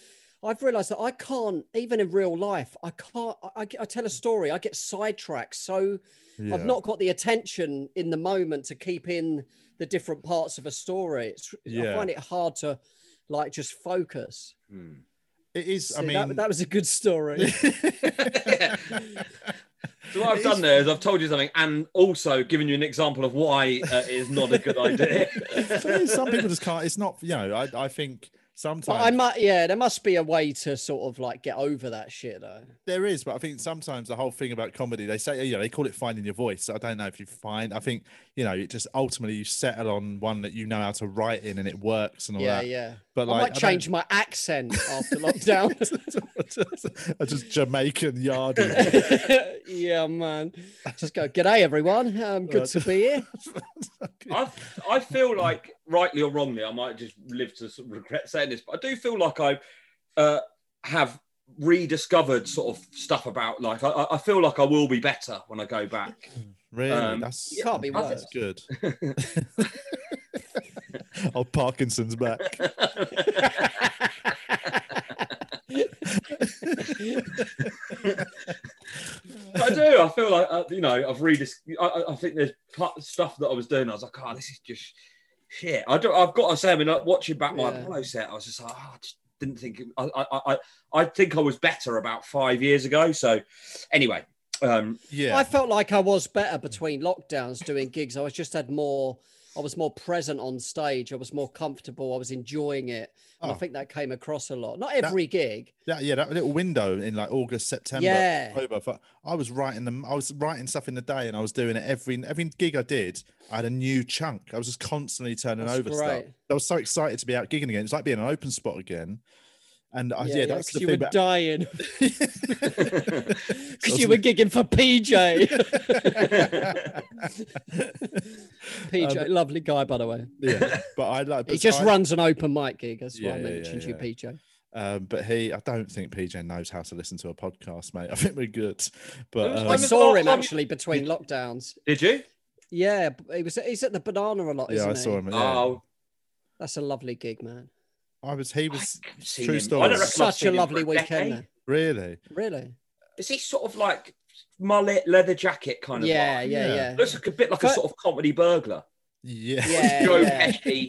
Speaker 2: I've realised that I can't, even in real life, I can't. I, I- I tell a story, I get sidetracked. So I've not got the attention in the moment to keep in the different parts of a story. It's, I
Speaker 1: Yeah.
Speaker 2: find it hard to like just focus.
Speaker 4: Hmm.
Speaker 1: It is. I
Speaker 2: See,
Speaker 1: mean,
Speaker 2: that, that was a good story.
Speaker 4: So what I've done there is I've told you something, and also given you an example of why uh, it is not a good idea.
Speaker 1: some people just can't. It's not. You know, I, I think sometimes
Speaker 2: but I might, yeah, there must be a way to sort of like get over that shit though.
Speaker 1: there is, but I think sometimes the whole thing about comedy, they say, you know, they call it finding your voice. I don't know if you find. I think you know, it just ultimately you settle on one that you know how to write in and it works and all
Speaker 2: Yeah,
Speaker 1: that.
Speaker 2: yeah.
Speaker 1: But
Speaker 2: I
Speaker 1: like,
Speaker 2: might change my accent after lockdown.
Speaker 1: I just Jamaican yardie.
Speaker 2: Um, yeah, man. Just go, g'day, everyone. Um, good to be here.
Speaker 4: I, I feel like, rightly or wrongly, I might just live to sort of regret saying this, but I do feel like I uh, have rediscovered sort of stuff about like I- I, I feel like I will be better when I go back.
Speaker 1: Really,
Speaker 4: Um,
Speaker 1: that's
Speaker 2: You can't be
Speaker 1: that's
Speaker 2: worse.
Speaker 1: good. oh, Parkinson's back.
Speaker 4: I do. I feel like uh, you know I've redis. I- I, I think there's part, stuff that I was doing. I was like, oh, this is just shit. I don't, I've got to say, I mean, like, watching back my
Speaker 2: Yeah.
Speaker 4: Apollo set, I was just like, oh, I just didn't think. It, I, I, I, I think I was better about five years ago. So, anyway, um,
Speaker 1: Yeah,
Speaker 2: I felt like I was better between lockdowns doing gigs. I was just had more, I was more present on stage. I was more comfortable. I was enjoying it. And I
Speaker 1: Oh.
Speaker 2: think that came across a lot. Not
Speaker 1: That-
Speaker 2: every gig.
Speaker 1: that, yeah, that little window in like August, September.
Speaker 2: yeah.
Speaker 1: October. But I was writing them. I was writing stuff in the day, and I was doing it every every gig I did. I had a new chunk. I was just constantly turning
Speaker 2: That's
Speaker 1: over stuff.
Speaker 2: great.
Speaker 1: I was so excited to be out gigging again. It's like being an open spot again. And I, yeah,
Speaker 2: yeah,
Speaker 1: that's the
Speaker 2: 'cause you
Speaker 1: thing.
Speaker 2: were
Speaker 1: about-
Speaker 2: dying because you
Speaker 1: Doesn't-
Speaker 2: were gigging for PJ. PJ,
Speaker 1: Um,
Speaker 2: lovely guy, by the way.
Speaker 1: yeah, but I like.
Speaker 2: He
Speaker 1: but
Speaker 2: just
Speaker 1: I-
Speaker 2: runs an open mic gig. That's why I
Speaker 1: Yeah, yeah, yeah,
Speaker 2: mentioned
Speaker 1: yeah.
Speaker 2: you, PJ.
Speaker 1: Um, but he, I don't think PJ knows how to listen to a podcast, mate. I think we're good.
Speaker 4: It
Speaker 1: But
Speaker 4: was
Speaker 1: um,
Speaker 4: like
Speaker 2: I
Speaker 4: Simon-
Speaker 2: saw him
Speaker 4: oh, Simon-
Speaker 2: actually between lockdowns.
Speaker 4: did you?
Speaker 2: Yeah, b- he was. He's at the Banana a lot,
Speaker 1: yeah,
Speaker 2: isn't
Speaker 1: I saw
Speaker 2: he?
Speaker 1: him. yeah.
Speaker 4: Oh,
Speaker 2: That's a lovely gig, man.
Speaker 1: I was. He was
Speaker 4: I've seen
Speaker 1: true
Speaker 4: him.
Speaker 1: story.
Speaker 4: I don't reckon I've
Speaker 2: Such
Speaker 4: seen
Speaker 2: a
Speaker 4: him
Speaker 2: lovely
Speaker 4: for a
Speaker 2: weekend.
Speaker 4: decade.
Speaker 2: though.
Speaker 1: really.
Speaker 2: Really?
Speaker 4: Is he sort of like mullet, leather jacket kind of?
Speaker 2: Yeah,
Speaker 4: vibe?
Speaker 2: yeah,
Speaker 1: Yeah.
Speaker 2: yeah.
Speaker 4: Looks like a bit like a
Speaker 2: But-
Speaker 4: sort of comedy burglar.
Speaker 1: Yeah.
Speaker 2: Yeah,
Speaker 4: Joe
Speaker 2: yeah.
Speaker 4: Pesci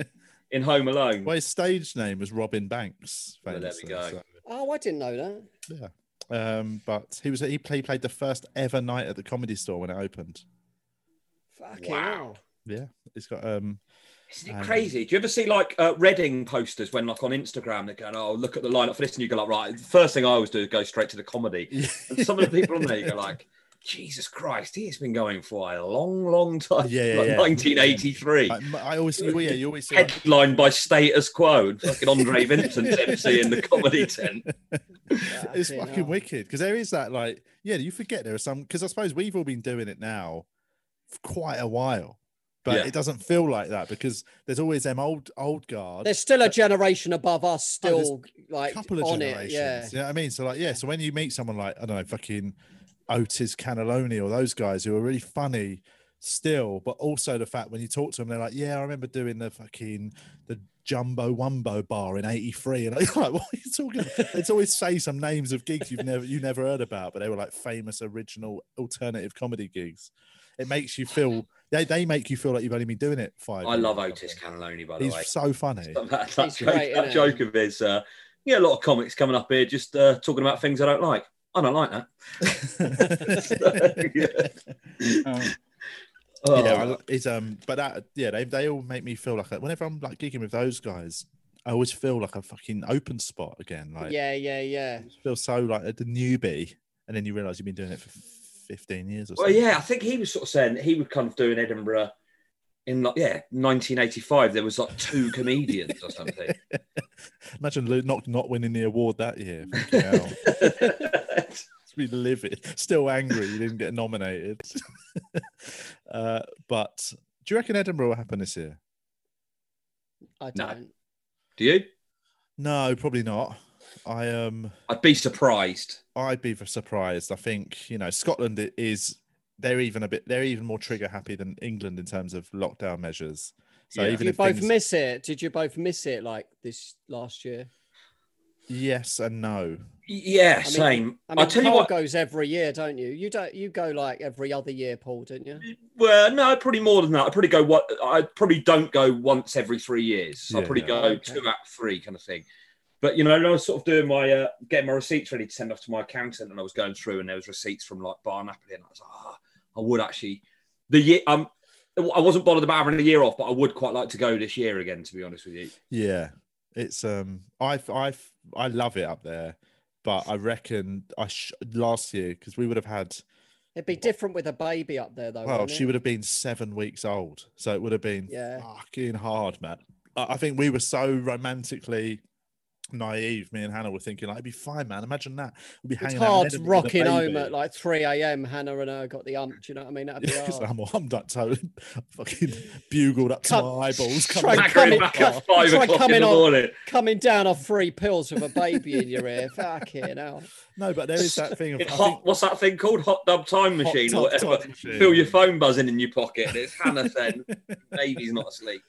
Speaker 4: in Home Alone.
Speaker 1: Well, his stage name was Robin Banks.
Speaker 4: Well, there we
Speaker 1: famously,
Speaker 4: go.
Speaker 2: Oh, I didn't know that.
Speaker 1: so- um, but he was he played, played the first ever night at the comedy store when it opened.
Speaker 2: Fucking
Speaker 4: Wow.
Speaker 2: hell.
Speaker 1: He's got um
Speaker 4: Isn't it
Speaker 1: Um,
Speaker 4: crazy? Do you ever see like uh, Reading posters when like on Instagram they're going, "Oh, look at the lineup for this," and you go like, "Right." The first thing I always do is go straight to the comedy, and some of the people on there you go like, "Jesus Christ, he has been going for a long, long time."
Speaker 1: Yeah, yeah,
Speaker 4: like
Speaker 1: yeah.
Speaker 4: 1983,
Speaker 1: I, I always see yeah, you always see like,
Speaker 4: headlined by Status Quo and fucking Andre Vincent MC in the comedy tent.
Speaker 1: it's
Speaker 2: Yeah, I
Speaker 1: fucking
Speaker 2: know.
Speaker 1: wicked because there is that like yeah you forget there are some because i suppose we've all been doing it now for quite a while but
Speaker 4: Yeah.
Speaker 1: it doesn't feel like that because there's always them old old guard
Speaker 2: There's still a generation above us,
Speaker 1: Oh, there's
Speaker 2: still like
Speaker 1: couple of
Speaker 2: on it.
Speaker 1: generations
Speaker 2: Yeah.
Speaker 1: you know what i mean so like yeah so when you meet someone like i don't know fucking otis cannelloni or those guys who are really funny still but also the fact when you talk to them they're like yeah i remember doing the fucking the jumbo wumbo bar in 83 and i'm like what are you talking about it's always say some names of gigs you've never you never heard about but they were like famous original alternative comedy gigs it makes you feel they, they make you feel like you've only been doing it five
Speaker 4: I
Speaker 1: years
Speaker 4: love
Speaker 1: or
Speaker 4: Otis
Speaker 1: something.
Speaker 4: Cannelloni, by the way.
Speaker 1: he's so funny
Speaker 4: that that,
Speaker 2: He's
Speaker 4: joke,
Speaker 2: great,
Speaker 4: that
Speaker 2: innit?
Speaker 4: joke of his. Uh, yeah, a lot of comics coming up here just uh, talking about things I don't like. I don't like that.
Speaker 5: Um,
Speaker 4: Oh,
Speaker 1: yeah, I li- it's um, but that yeah, they they all make me feel like a- whenever I'm like gigging with those guys, I always feel like a fucking open spot again. Like,
Speaker 2: Yeah, yeah, yeah.
Speaker 1: I feel so like the newbie, and then you realize you've been doing it for fifteen years or
Speaker 4: well,
Speaker 1: something.
Speaker 4: yeah, I think he was sort of saying he was kind of doing Edinburgh in like yeah, 1985. There was like two comedians or something.
Speaker 1: Imagine Lou not not winning the award that year. Fucking hell. We live it. Still angry you didn't get nominated. uh, but do you reckon Edinburgh will happen this year?
Speaker 2: I
Speaker 4: No.
Speaker 2: don't.
Speaker 4: Do you?
Speaker 1: No, probably not. I um.
Speaker 4: I'd be surprised.
Speaker 1: I'd be surprised. I think you know Scotland i- is they're even a bit they're even more trigger happy than England in terms of lockdown measures. So
Speaker 4: Yeah.
Speaker 1: even
Speaker 2: Did you
Speaker 1: if
Speaker 2: both
Speaker 1: things-
Speaker 2: miss it? Did you both miss it like this last year?
Speaker 1: yes and no.
Speaker 4: Yeah,
Speaker 2: mean-
Speaker 4: same.
Speaker 2: I
Speaker 4: I
Speaker 2: mean,
Speaker 4: will tell you
Speaker 2: Carl
Speaker 4: what.
Speaker 2: goes every year, don't you? You don't. You go like every other year, Paul, don't you?
Speaker 4: Well, no, probably more than that. I probably go what I probably don't go once every three years. So I
Speaker 1: Yeah.
Speaker 4: probably go
Speaker 2: Okay.
Speaker 4: two out of three kind of thing. But you know, and I was sort of doing my uh, getting my receipts ready to send off to my accountant, and I was going through, and there was receipts from like Bar Napoli, and I was like, oh, I would actually the year. Um, I wasn't bothered about having a year off, but I would quite like to go this year again. To be honest with you,
Speaker 1: Yeah, it's um I I I love it up there, but I reckon I sh- last year because we would have had
Speaker 2: It'd be different with a baby up there, though.
Speaker 1: well
Speaker 2: wouldn't
Speaker 1: she
Speaker 2: it?
Speaker 1: would have been seven weeks old, so it would have been
Speaker 2: Yeah.
Speaker 1: fucking hard, man. I I think we were so romantically naive. Me and Hannah were thinking like it'd be fine, man. Imagine that. We'd be
Speaker 2: It's
Speaker 1: hanging out in
Speaker 2: hard
Speaker 1: Edinburgh with a
Speaker 2: rocking home
Speaker 1: baby.
Speaker 2: at like 3 a.m. Hannah and I got the ump. Do you know what I mean? That'd be
Speaker 1: Yeah, 'cause
Speaker 2: hard.
Speaker 1: I'm, I'm like totally fucking bugled up to
Speaker 2: Come-
Speaker 1: my eyeballs.
Speaker 2: try
Speaker 1: coming
Speaker 2: and
Speaker 1: out.
Speaker 2: come in-
Speaker 4: Macro
Speaker 2: co-
Speaker 4: back at five
Speaker 2: try
Speaker 4: o'clock in
Speaker 2: coming
Speaker 4: the
Speaker 2: on-
Speaker 4: morning.
Speaker 2: Coming down off three pills with a baby in your ear. Fucking hell.
Speaker 1: No, but there is that thing of
Speaker 4: It's
Speaker 1: I
Speaker 4: hot.
Speaker 1: think-
Speaker 4: What's that thing called? Hot tub time
Speaker 1: Hot
Speaker 4: machine
Speaker 1: tub
Speaker 4: or whatever.
Speaker 1: time machine.
Speaker 4: Feel your phone buzzing in your pocket. And it's Hannah saying, "Baby's not asleep."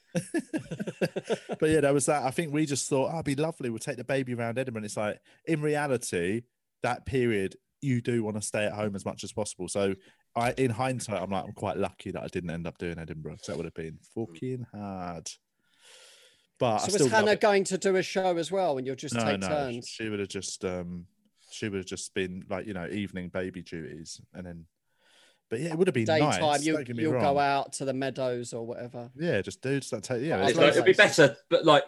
Speaker 1: but yeah, there was that. I think we just thought, oh, it'd be lovely. We'll take the baby around Edinburgh. And it's like, in reality, that period, you do want to stay at home as much as possible. So, I, in hindsight, I'm like, I'm quite lucky that I didn't end up doing Edinburgh. 'cause that would have been fucking hard. But I
Speaker 2: So
Speaker 1: still
Speaker 2: was
Speaker 1: love
Speaker 2: Hannah
Speaker 1: it.
Speaker 2: going to do a show as well and you'll just take
Speaker 1: sh-
Speaker 2: turns?
Speaker 1: She would have just um she would have just been like, you know, evening baby duties and then but yeah, it would have been
Speaker 2: Daytime,
Speaker 1: nice.
Speaker 2: you,
Speaker 1: don't get me
Speaker 2: you'll
Speaker 1: wrong.
Speaker 2: go out to the meadows or whatever.
Speaker 1: Yeah, just dudes that take yeah. it's
Speaker 2: I'd
Speaker 4: It's
Speaker 2: love
Speaker 1: like-
Speaker 4: like, it'd be
Speaker 2: that.
Speaker 4: better, but like,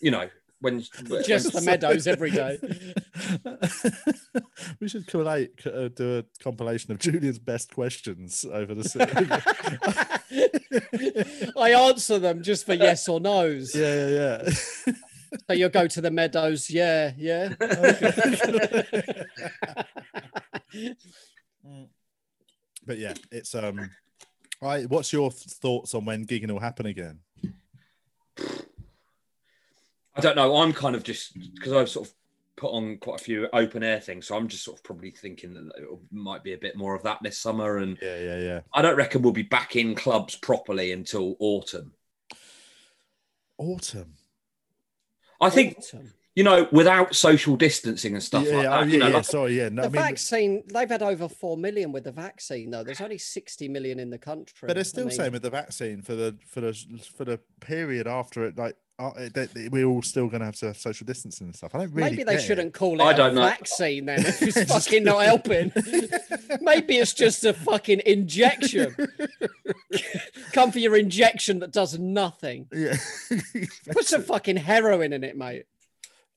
Speaker 4: you know, when when-
Speaker 2: Just the meadows every day.
Speaker 1: we should collate, c- uh, do a compilation of Julian's best questions over the se-
Speaker 2: I answer them just for yes or no's.
Speaker 1: yeah, yeah, yeah.
Speaker 2: So you'll go to the meadows. Yeah, yeah.
Speaker 1: Okay. but yeah, it's um. I what's your th- thoughts on when gigging will happen again?
Speaker 4: I don't know. I'm kind of just because I've sort of put on quite a few open air things, so I'm just sort of probably thinking that it might be a bit more of that this summer. And
Speaker 1: Yeah, yeah, yeah.
Speaker 4: I don't reckon we'll be back in clubs properly until autumn.
Speaker 1: Autumn.
Speaker 4: I think
Speaker 2: Autumn.
Speaker 4: you know, without social distancing and stuff
Speaker 1: yeah,
Speaker 4: like
Speaker 1: yeah,
Speaker 4: that.
Speaker 1: oh,
Speaker 4: you
Speaker 1: yeah,
Speaker 4: know,
Speaker 1: yeah,
Speaker 4: like-
Speaker 1: Sorry, yeah. No,
Speaker 2: the
Speaker 1: I mean,
Speaker 2: vaccine, they've had over 4 million with the vaccine, though. There's only 60 million in the country.
Speaker 1: but
Speaker 2: I
Speaker 1: they're still
Speaker 2: mean,
Speaker 1: saying with the vaccine for the for the for the period after it, like uh, that that we're all still going to have to have social distancing and stuff. I don't really.
Speaker 2: Maybe they
Speaker 1: get it.
Speaker 2: shouldn't call it
Speaker 4: I
Speaker 2: a
Speaker 4: don't know.
Speaker 2: vaccine then if it's
Speaker 1: Just-
Speaker 2: fucking not helping. Maybe it's just a fucking injection. Come for your injection that does nothing.
Speaker 1: Yeah.
Speaker 2: Put some fucking heroin in it, mate.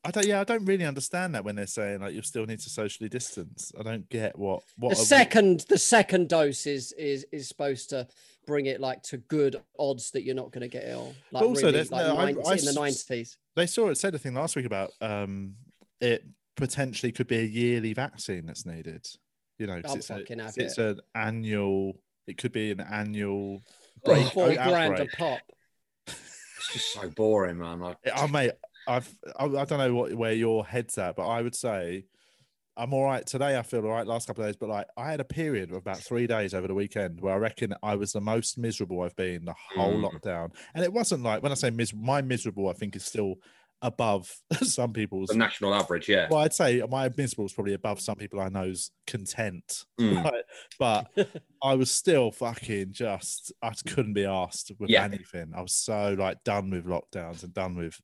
Speaker 1: I don't. Yeah, I don't really understand that when they're saying like you still need to socially distance. I don't get what what
Speaker 2: The
Speaker 1: are we-
Speaker 2: second the second dose is is is supposed to bring it like to good odds that you're not going to get ill. Like
Speaker 1: also,
Speaker 2: really,
Speaker 1: there's
Speaker 2: like
Speaker 1: no- I-
Speaker 2: 90
Speaker 1: I
Speaker 2: in the
Speaker 1: s-
Speaker 2: nineties.
Speaker 1: they saw it said a thing last week about um it potentially could be a yearly vaccine that's needed. You know, 'cause
Speaker 2: I'm
Speaker 1: it's, a,
Speaker 2: fucking have
Speaker 1: it's
Speaker 2: Oh, it.
Speaker 1: an annual. It could be an annual.
Speaker 2: Like
Speaker 1: break-
Speaker 2: Forty grand
Speaker 1: outbreak.
Speaker 2: a pop.
Speaker 4: It's just so boring, man. Like,
Speaker 1: I mate, I've I, I don't know what where your head's at, but I would say I'm all right today. I feel all right last couple of days, but like I had a period of about three days over the weekend where I reckon I was the most miserable I've been the whole
Speaker 4: Mm.
Speaker 1: lockdown, and it wasn't like when I say mis- my miserable, I think is still above some people's.
Speaker 4: the national average, yeah.
Speaker 1: Well, I'd say my miserable is probably above some people I know's content,
Speaker 4: Mm.
Speaker 1: but I was still fucking just I just couldn't be asked with
Speaker 4: Yeah.
Speaker 1: anything. I was so like done with lockdowns and done with.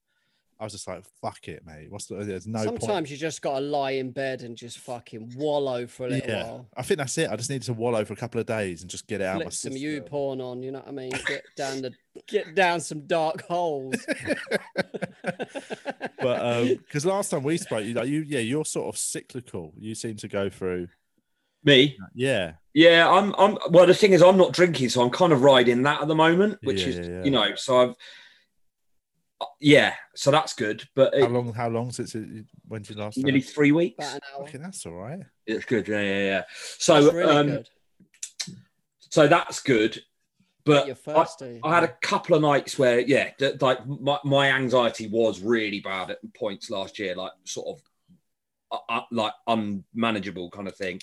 Speaker 1: I was just like, fuck it, mate. What's the, there's no
Speaker 2: Sometimes
Speaker 1: point.
Speaker 2: you just gotta lie in bed and just fucking wallow for a little
Speaker 1: Yeah.
Speaker 2: while.
Speaker 1: I think that's it. I just needed to wallow for a couple of days and just uh, get it out. of my
Speaker 2: Flip some
Speaker 1: system.
Speaker 2: U porn on, you know what I mean? Get down the get down some dark holes.
Speaker 1: But because last time we spoke, you, like, you yeah, you're sort of cyclical. You seem to go through.
Speaker 4: Me,
Speaker 1: Yeah,
Speaker 4: yeah. I'm, I'm. Well, the thing is, I'm not drinking, so I'm kind of riding that at the moment, which
Speaker 1: Yeah,
Speaker 4: is,
Speaker 1: yeah, yeah.
Speaker 4: you know, so I've, uh, yeah, so that's good. But
Speaker 1: how
Speaker 4: it,
Speaker 1: long? How long since it, when did you last?
Speaker 4: nearly
Speaker 1: time?
Speaker 4: three weeks.
Speaker 2: About an hour.
Speaker 1: Fucking, that's all right.
Speaker 4: It's good. Yeah, yeah, yeah. So,
Speaker 2: That's really
Speaker 4: um,
Speaker 2: good.
Speaker 4: so that's good. But
Speaker 2: You're
Speaker 4: I,
Speaker 2: thirsty.
Speaker 4: I had a couple of nights where, yeah, th- like my, my anxiety was really bad at points last year, like sort of uh, uh, like unmanageable kind of thing.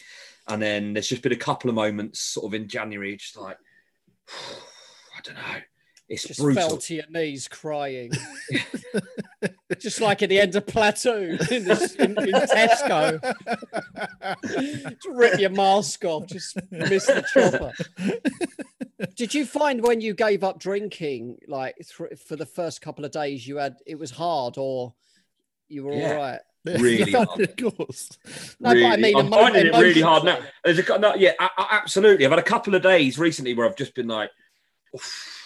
Speaker 4: And then there's just been a couple of moments sort of in January, just like, I don't know. It's
Speaker 2: just fell
Speaker 4: brutal.
Speaker 2: to your knees crying. just like at the end of Platoon in, the, in, in Tesco. Just rip your mask off, just miss the chopper. Did you find when you gave up drinking, like thr for the first couple of days, you had it was hard or you were
Speaker 4: Yeah.
Speaker 2: all right?
Speaker 4: Really
Speaker 1: Yeah,
Speaker 4: hard.
Speaker 1: of course.
Speaker 2: No, but I mean
Speaker 4: I'm
Speaker 2: emo-
Speaker 4: finding it really hard now.
Speaker 2: emotionally.
Speaker 4: There's a, cou- no, yeah, I, I- absolutely. I've had a couple of days recently where I've just been like, "Oof."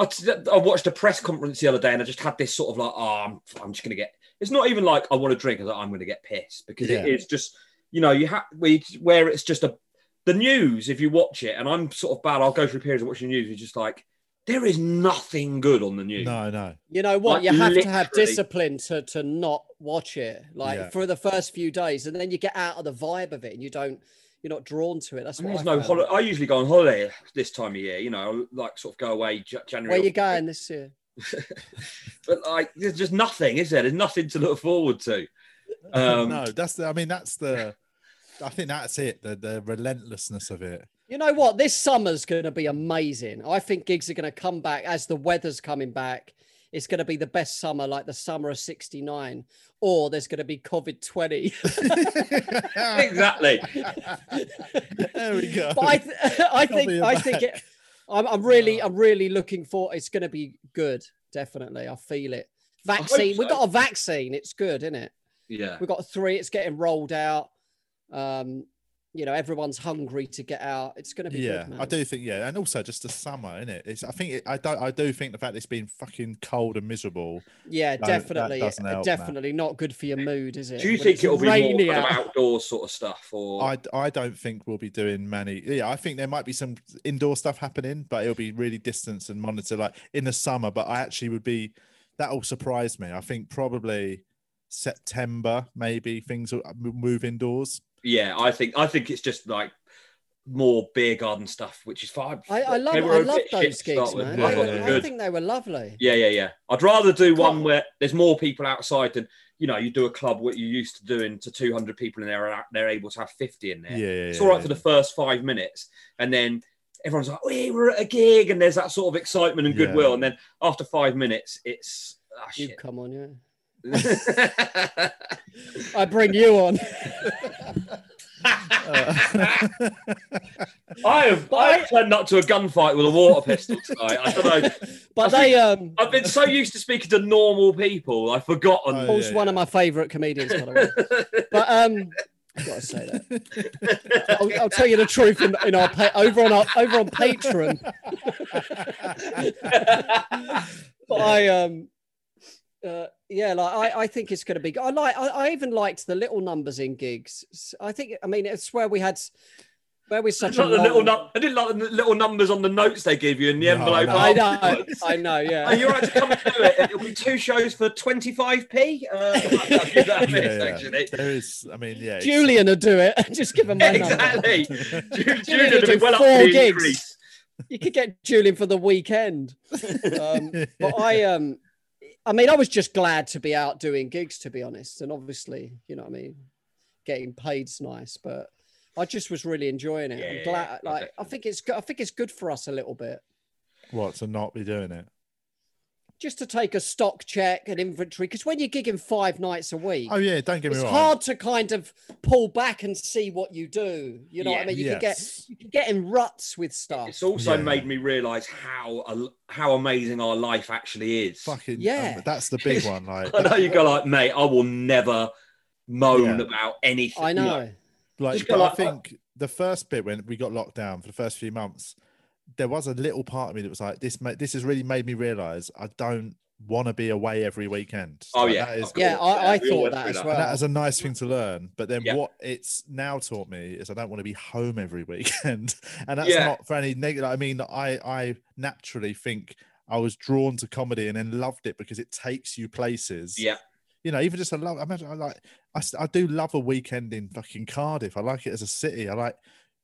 Speaker 4: I, t- I watched a press conference the other day and I just had this sort of like, oh, I'm, I'm just going to get, it's not even like I want to drink, I was like, I'm going to get pissed because
Speaker 1: Yeah.
Speaker 4: it is just, you know, you have, where it's just a, the news, if you watch it, and I'm sort of bad, I'll go through periods of watching the news, it's just like, there is nothing good on the news.
Speaker 1: No, no.
Speaker 2: You know what?
Speaker 4: Like,
Speaker 2: you have to have
Speaker 4: literally.
Speaker 2: discipline to, to not watch it, like
Speaker 1: Yeah.
Speaker 2: for the first few days, and then you get out of the vibe of it, and you don't, you're not drawn to it. That's
Speaker 4: And
Speaker 2: what
Speaker 4: there's
Speaker 2: I
Speaker 4: no
Speaker 2: found.
Speaker 4: holiday. I usually go on holiday this time of year, you know, I like sort of go away J- January.
Speaker 2: Where
Speaker 4: or
Speaker 2: you going this year?
Speaker 4: but like there's just nothing is there there's nothing to look forward to um
Speaker 1: no, that's the. I mean, that's the. I think that's it. The the relentlessness of it.
Speaker 2: You know what? This summer's going to be amazing. I think gigs are going to come back as the weather's coming back. It's going to be the best summer, like the summer of '69, or there's going to be COVID twenty.
Speaker 4: exactly
Speaker 1: there we go.
Speaker 2: But I, th- I
Speaker 1: Got me
Speaker 2: think, I
Speaker 1: back.
Speaker 2: think it, I'm, I'm really, I'm really looking for. It's going to be good, definitely. I feel it.
Speaker 4: hope
Speaker 2: Vaccine, we
Speaker 4: so.
Speaker 2: got a vaccine. It's good, isn't it?
Speaker 4: yeah
Speaker 2: We've got three. It's getting rolled out. Um, you know, everyone's hungry to get out. It's going to be
Speaker 1: yeah,
Speaker 2: good.
Speaker 1: I
Speaker 2: man.
Speaker 1: do think yeah, and also just the summer, is it? It's. I think it, I don't. I do think the fact it's been fucking cold and miserable.
Speaker 2: Yeah,
Speaker 1: that
Speaker 2: definitely. uh,
Speaker 1: doesn't help, man.
Speaker 2: definitely not good for your mood, is it?
Speaker 4: do you
Speaker 2: When
Speaker 4: think
Speaker 2: it's
Speaker 4: it'll be more
Speaker 2: rainy
Speaker 4: kind of
Speaker 2: out.
Speaker 4: outdoor sort of stuff or
Speaker 1: I, I don't think we'll be doing many. Yeah, I think there might be some indoor stuff happening, but it'll be really distance and monitored, like in the summer. But I actually would be that'll surprise me. I think probably September, maybe things will uh, move indoors.
Speaker 4: yeah i think i think it's just like more beer garden stuff which is fine
Speaker 2: I, I love,
Speaker 4: They were
Speaker 2: I
Speaker 4: a
Speaker 2: love
Speaker 4: bit shit
Speaker 2: those
Speaker 4: to start
Speaker 2: gigs,
Speaker 4: with.
Speaker 2: man.
Speaker 1: Yeah,
Speaker 2: I,
Speaker 1: yeah, yeah.
Speaker 2: I think they were lovely.
Speaker 4: yeah yeah yeah i'd rather do one
Speaker 2: Club.
Speaker 4: where there's more people outside than you know you do a club what you used to doing to 200 people in there and they're able to have 50 in there
Speaker 1: Yeah, yeah,
Speaker 4: It's
Speaker 1: yeah,
Speaker 4: all right
Speaker 1: yeah.
Speaker 4: for the first five minutes, and then everyone's like, "We were at a gig," and there's that sort of excitement and
Speaker 1: Yeah.
Speaker 4: goodwill. And then after five minutes, it's ah,
Speaker 2: You
Speaker 4: shit.
Speaker 2: come on, yeah.
Speaker 4: yeah,
Speaker 2: I bring you on.
Speaker 1: Uh,
Speaker 4: I have I have turned up to a gunfight with a water pistol tonight. I don't know.
Speaker 2: But they, um,
Speaker 4: I've been so used to speaking to normal people, I've forgotten.
Speaker 1: Oh,
Speaker 2: Paul's
Speaker 1: yeah,
Speaker 2: one of my favourite comedians, by the way. But um, I gotta say that. I'll, I'll tell you the truth in, in our pa- over on our over on Patreon.
Speaker 1: Uh,
Speaker 2: but I um uh, yeah, like I, I think it's going to be. I like. I, I even liked the little numbers in gigs. S- I think. I mean, it's where we had. s- Where we such a
Speaker 4: Not the little
Speaker 2: long-
Speaker 4: nu- I didn't like the little numbers on the notes they give you in the
Speaker 1: No,
Speaker 4: envelope.
Speaker 1: no.
Speaker 2: I know, I know,
Speaker 4: Are
Speaker 2: yeah.
Speaker 4: you all right to come and do it? It'll be two shows for 25p. Uh, I'll give that a miss,
Speaker 1: Yeah, yeah.
Speaker 4: actually.
Speaker 1: There is, I mean, yeah. it's-
Speaker 2: Julian will do it. Just give him my number.
Speaker 4: Exactly. Ju- Julian
Speaker 2: will
Speaker 4: will be
Speaker 2: do
Speaker 4: well up
Speaker 2: four
Speaker 4: for the
Speaker 2: gigs.
Speaker 4: increase.
Speaker 2: You could get Julian for the weekend. Um, but I um I mean I was just glad to be out doing gigs to be honest and obviously you know what I mean getting paid's nice but I just was really enjoying it.
Speaker 4: Yeah,
Speaker 2: I'm glad
Speaker 4: yeah,
Speaker 2: like I
Speaker 4: definitely.
Speaker 2: think it's good I think it's good for us a little bit
Speaker 1: what to not be doing it?
Speaker 2: just to take a stock check and inventory because when you're gigging five nights a week
Speaker 1: Oh yeah, don't get me
Speaker 2: it's
Speaker 1: wrong.
Speaker 2: hard to kind of pull back and see what you do you know what I
Speaker 4: Yeah.
Speaker 2: mean you can get
Speaker 1: Yes.
Speaker 2: you can get in ruts with stuff
Speaker 4: It's also
Speaker 1: Yeah.
Speaker 4: made me realise how al- how amazing our life actually is.
Speaker 1: Fucking
Speaker 2: Yeah.
Speaker 1: um, that's the big one. Like,
Speaker 4: I know you go like, mate, I will never moan
Speaker 1: Yeah.
Speaker 4: about anything.
Speaker 2: I know
Speaker 1: like,
Speaker 4: Just go
Speaker 1: but I
Speaker 4: like-
Speaker 1: think the first bit when we got locked down for the first few months, there was a little part of me that was like, this. Ma- this has really made me realize I don't want to be away every weekend.
Speaker 4: Oh
Speaker 1: Like,
Speaker 4: yeah,
Speaker 1: that is
Speaker 4: Of
Speaker 2: Yeah, I-
Speaker 4: course.
Speaker 2: I
Speaker 4: We all
Speaker 2: thought
Speaker 4: went
Speaker 2: that
Speaker 4: through
Speaker 2: as well.
Speaker 1: And that is a nice thing to learn. But then
Speaker 4: Yeah.
Speaker 1: what it's now taught me is I don't want to be home every weekend. And that's
Speaker 4: Yeah.
Speaker 1: not for any negative. I mean, I I naturally think I was drawn to comedy and then loved it because it takes you places.
Speaker 4: Yeah,
Speaker 1: You know, even just I love. I imagine I like. I, s- I do love a weekend in fucking Cardiff. I like it as a city. I like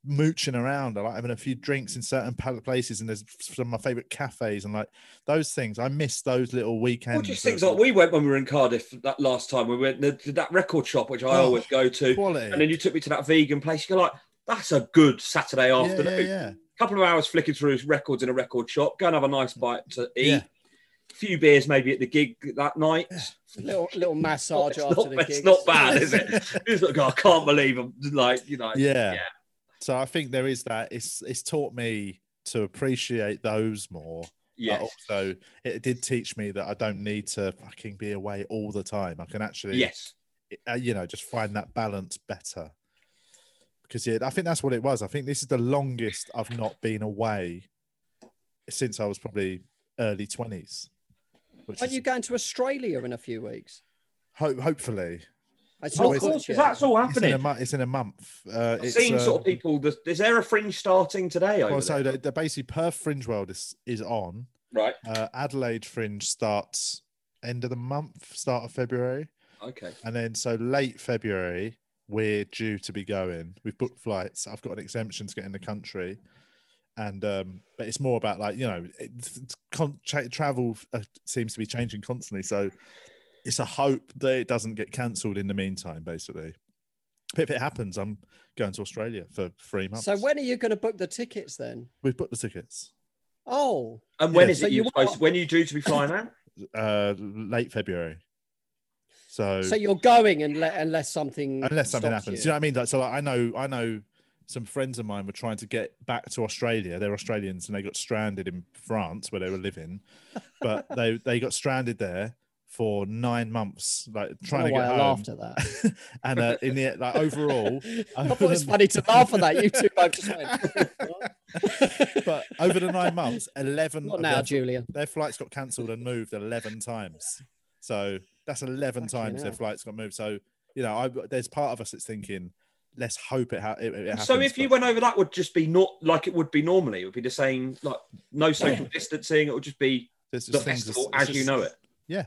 Speaker 1: mooching around. I like having a few drinks in certain pal- places, and there's some of my favorite cafes and like those things. I miss those little weekends.
Speaker 4: well, just
Speaker 1: of
Speaker 4: things like we went when we were in Cardiff that last time. We went to that record shop, which I
Speaker 1: Oh,
Speaker 4: always go to,
Speaker 1: quality.
Speaker 4: and then you took me to that vegan place. You go like, that's a good Saturday
Speaker 1: Yeah,
Speaker 4: afternoon.
Speaker 1: yeah, yeah.
Speaker 4: couple of hours flicking through records in a record shop, go and have a nice bite to eat,
Speaker 1: Yeah.
Speaker 4: few beers maybe at the gig that night.
Speaker 2: little little massage
Speaker 4: It's
Speaker 2: after
Speaker 4: not,
Speaker 2: the
Speaker 4: it's
Speaker 2: gigs.
Speaker 4: not bad, is it? It's like, oh, I can't believe I'm like, you know,
Speaker 1: yeah.
Speaker 4: Yeah.
Speaker 1: So I think there is that. It's it's taught me to appreciate those more.
Speaker 4: yeah.
Speaker 1: But also, it did teach me that I don't need to fucking be away all the time. I can actually,
Speaker 4: yes.
Speaker 1: uh, you know, just find that balance better. Because yeah, I think that's what it was. I think this is the longest I've not been away since I was probably early twenties. Which
Speaker 2: Aren't
Speaker 1: is
Speaker 2: you going to Australia in a few weeks?
Speaker 1: ho- hopefully
Speaker 2: It's
Speaker 1: Oh,
Speaker 2: not
Speaker 1: of
Speaker 2: good
Speaker 1: course,
Speaker 2: yet.
Speaker 4: that's all
Speaker 1: it's in, a
Speaker 4: happening.
Speaker 1: mu- it's in a month. Uh,
Speaker 4: I've
Speaker 1: it's,
Speaker 4: seen
Speaker 1: uh,
Speaker 4: sort of people. There's, is there a fringe starting today? Over
Speaker 1: well,
Speaker 4: there?
Speaker 1: so the, the basically Perth Fringe World is is on.
Speaker 4: Right.
Speaker 1: Uh, Adelaide Fringe starts end of the month, start of February,
Speaker 4: Okay.
Speaker 1: and then so late February we're due to be going. We've booked flights. I've got an exemption to get in the country, and um, but it's more about like you know, it, it's con- tra- travel uh, seems to be changing constantly. So it's a hope that it doesn't get cancelled in the meantime, basically. But if it happens, I'm going to Australia for three months.
Speaker 2: So when are you going to book the tickets then?
Speaker 1: we've booked the tickets,
Speaker 2: Oh,
Speaker 4: And when
Speaker 1: Yeah,
Speaker 4: is
Speaker 2: so
Speaker 4: it you
Speaker 2: you
Speaker 4: supposed?
Speaker 2: are-
Speaker 4: When are you due to be flying out?
Speaker 1: uh, late February.
Speaker 2: so you're going unless, unless something
Speaker 1: unless something happens.
Speaker 2: stops
Speaker 1: Do
Speaker 2: you.
Speaker 1: you know what I mean? Like, so like, I know, I know some friends of mine were trying to get back to Australia. They're Australians and they got stranded in France where they were living, but they they got stranded there for nine months, like
Speaker 2: I
Speaker 1: trying
Speaker 2: don't
Speaker 1: to
Speaker 2: know
Speaker 1: get
Speaker 2: why
Speaker 1: home.
Speaker 2: I laughed at that.
Speaker 1: and uh, in the like overall,
Speaker 2: I thought it was funny to laugh at that. You two both just went.
Speaker 1: but over the nine months, eleven
Speaker 2: not
Speaker 1: of
Speaker 2: now,
Speaker 1: their,
Speaker 2: Julian.
Speaker 1: their flights got cancelled and moved eleven times. So that's eleven
Speaker 2: Fucking
Speaker 1: times their
Speaker 2: hell.
Speaker 1: flights got moved. So you know, I, there's part of us that's thinking, let's hope it, ha- it, it happens.
Speaker 4: so if you
Speaker 1: but-
Speaker 4: went over, that would just be not like it would be normally. It would be the same, like no social distancing. It would just be
Speaker 1: There's
Speaker 4: the
Speaker 1: just things
Speaker 4: festival
Speaker 1: that's-
Speaker 4: as
Speaker 1: it's
Speaker 4: you
Speaker 1: just-
Speaker 4: know it.
Speaker 1: Yeah.